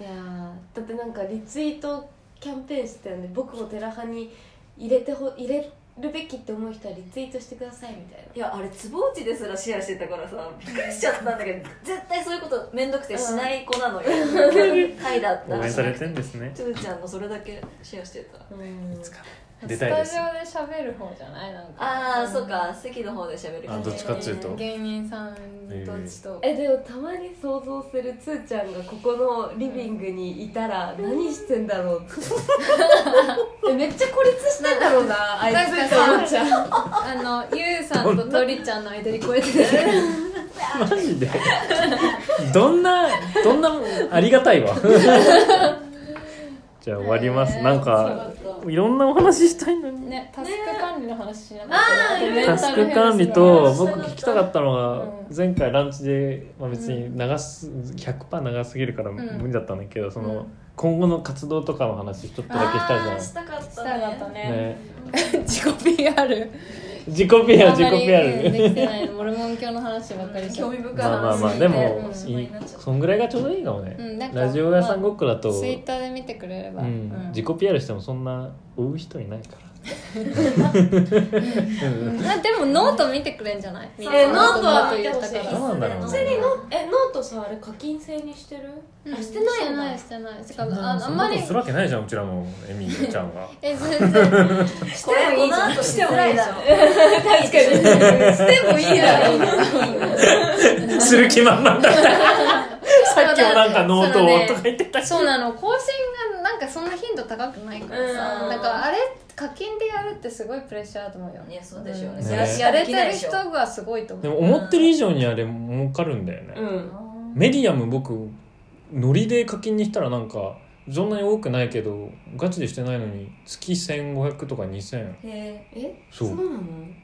B: いやーだってなんかリツイートキャンペーンしてたよね僕をテラハに入れてほ入れるべきって思う人はリツイートしてくださいみたい
A: いやあれ坪内ですらシェアしてたからさびっくりしちゃったんだけど絶対そういうこと面倒くてしない子なのよ回だった
E: 応援されてんですね
A: つーちゃんのそれだけシェアしてた
B: なうん
E: 出たいです
D: スタジオで喋る方じゃないなんか
A: ああそっか席の方で喋る
E: あどっちかっつうと
D: 芸人さんどっちと、
B: えでもたまに想像するつーちゃんがここのリビングにいたら何してんだろうって えめっちゃ孤立してんだろうなあいつ
D: なんか
B: って思っちゃう
D: あのゆうさんととりちゃんの間にこうやって
C: マジでどんなどんなありがたいわ じゃあ終わります、
D: ねえ
C: なんか
D: そうだっ
C: いろんなお話ししたいのに、
D: ねタスク管理の話しなかったねメン
C: タ
D: タ
C: ス
D: ル
C: ク
D: ヘルスの話
C: 管理と僕聞きたかったの
D: う
C: が
D: ん
C: 前回ランチで、まあ、別に長す100%長すぎるから
D: ん
C: 無理だったんだけどそうの
D: ん
C: 今後の活動とかの話ちょっとだけしたじゃ
A: あ
C: ん
A: ーしたかったね
D: したかったね
C: ね、
D: 自己 PR
C: 自己 PR
D: あん
C: 自
D: まり
C: 己 PR
D: できてないモルモン教の話ばっかりしちゃ
A: 興
D: う
A: 味深い
C: まあまあまあ
A: 話
C: でも
D: うん
C: いいそんぐらいがちょうどいいかもね、
D: うんなんか
C: ラジオ屋さんごっこだと、
D: ツイッターで見てくれれば、
C: う
D: うんん、
C: 自己 PR してもそんな追う人いないから
D: うんあでもノート見てくれんじゃないみんな
B: えノートは
D: 言ったから
B: 見てほしい
C: どうなんだろう
B: それ
C: ね
B: にノえノートさあれ課金制にしてる
D: うん
B: あしてない
D: して
B: んだ
D: ないしてないてかああんまり
E: するわけないじゃんうちらもエミちゃんが
D: え全然
A: これこの後してもいいだろ
B: 確かに してもいいだろう
E: する気満々だった
D: さ
E: っきもなんかノートをとか言
D: ってたしそうなの更新がなんかそんな頻度高くないからさ、
A: うん
D: なんかあれ課金でやるってすごいプレッシャーだと思うよ
A: いやそうでしょうね
D: ん
C: ね
D: ややれてる人がすごいと思
C: で
D: う
C: も思ってる以上にあれ儲かるんだよね、
B: うん
C: メディアム僕ノリで課金にしたらなんかそんなに多くないけどガチでしてないのに月1500とか2000
A: へえ
B: え
C: そう
B: なの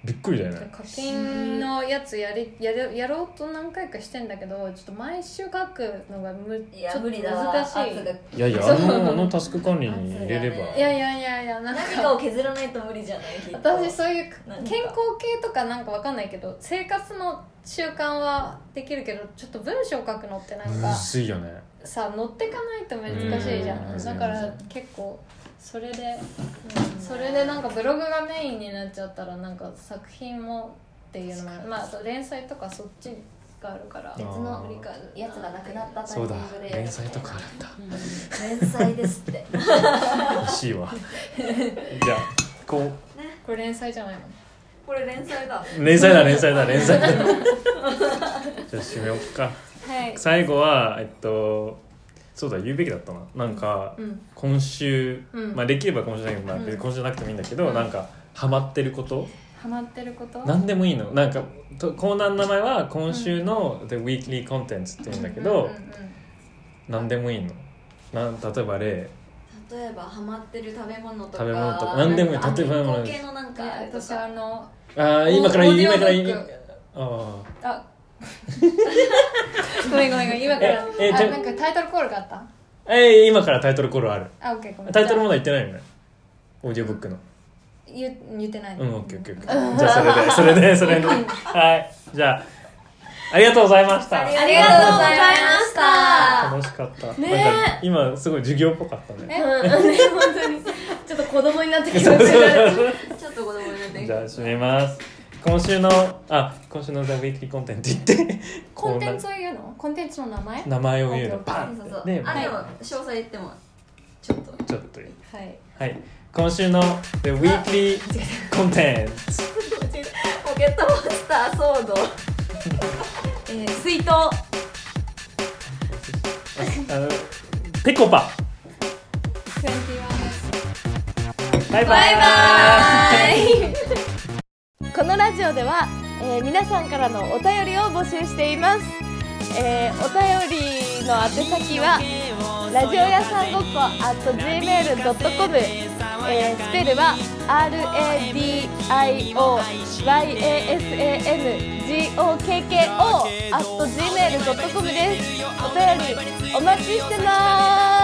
C: びっくりだよね
D: 課金のやつやりやれやろうと何回かしてんだけどちょっと毎週書くのがむ
A: い
D: ちょ
A: や
D: っと
A: 無理だわ
D: 難しい
A: 圧が
C: いやいやあのあのタスク管理に入れれば
D: いやいやいやいやなんか
A: 何かを削らないと無理じゃないきっと
D: 私そういう
A: なんか
D: 健康系とかなんかわかんないけど生活の習慣はできるけどちょっと文章書くのってなん
C: む
D: か
C: ずいよね
D: さ乗ってかないと難しいじゃ
C: うんん
D: だから結構それで、それでなんかブログがメインになっちゃったらなんか作品もっていうのもまああと連載とかそっちがあるから
C: あ
A: 別のやつがなくなったタイ
C: そ
A: ミ
C: うだ
A: ングで
C: 連載とかあるんだ
A: 連載ですって
C: 欲しいわじゃあこ
D: これ連載じゃないの
A: これ連載だ
C: う連載だ連載だ連載だじゃあ締めよっか
D: はい
C: 最後はえっとそうだ言うべきだったななんか、
D: うん
C: 今週、
D: うん
C: まあ、できれば今週だけど、まあ、別に今週じゃなくてもいいんだけど、なんかハマってること
D: ハマってること
C: 何でもいいのなんかとコーナーの名前は今週の The Weekly Contents って言うんだけど、
D: うんうんうん
C: 何でもいいのなん例えば例
A: 例えばハマってる食べ物とか
C: 食べ物とか何でもい
A: な
C: い
A: んか
C: 例えば
A: 観光系のなん
D: え
A: かあれと
D: 私あ
A: か
D: の
C: ああ
D: お
C: 今から
D: オ
C: い
D: ー
C: い
D: ディオ
C: 今からいい
D: ブッ
C: あ
D: ク
C: あ
D: あ ごめんごめんごめん今から
C: ええ
D: あ
C: ちょ
D: なんかタイトルコールがあった
C: えー、今からタイトルコールある
D: あオッケーごめん
C: タイトルま
D: じ
C: だ言ってないよねオーディオブックの
D: ゃ
F: 言う言ってない
C: うん、オッケーオッケーオッケー。じゃあ、それで、それで、それで。はい。じゃあ、ありがとうございました。
F: ありがとうございました
C: 楽しかった。
D: ねえ
C: なんか、今、すごい授業っぽかったね。
D: うん、ね本当にちょっと子供になってきました
A: ちょっと子供になって
C: じゃあ、締めます。今週の、あ、今週のザ・ウィークリーコンテンツって言って、
F: コンテンツを言うのコンテンツの名前は
C: 名前を言うの、バ
A: そ
C: ン
A: う
C: っ
A: そうそ
C: て
A: う。あで
C: で
A: も詳細言ってもちょっと
C: ちょっと言う。
F: い
C: はい。今週の The Weekly Content
A: ポケットモンスター騒動
D: えー、水筒
C: あのペコパ
F: 21です
C: バイバイ
D: このラジオでは、えー皆さんからのお便りを募集しています、えーお便りの宛先はラジオ屋さんごっこ at gmail.com、えースペルは radioyasangokko at gmail.com ですお便りお待ちしてます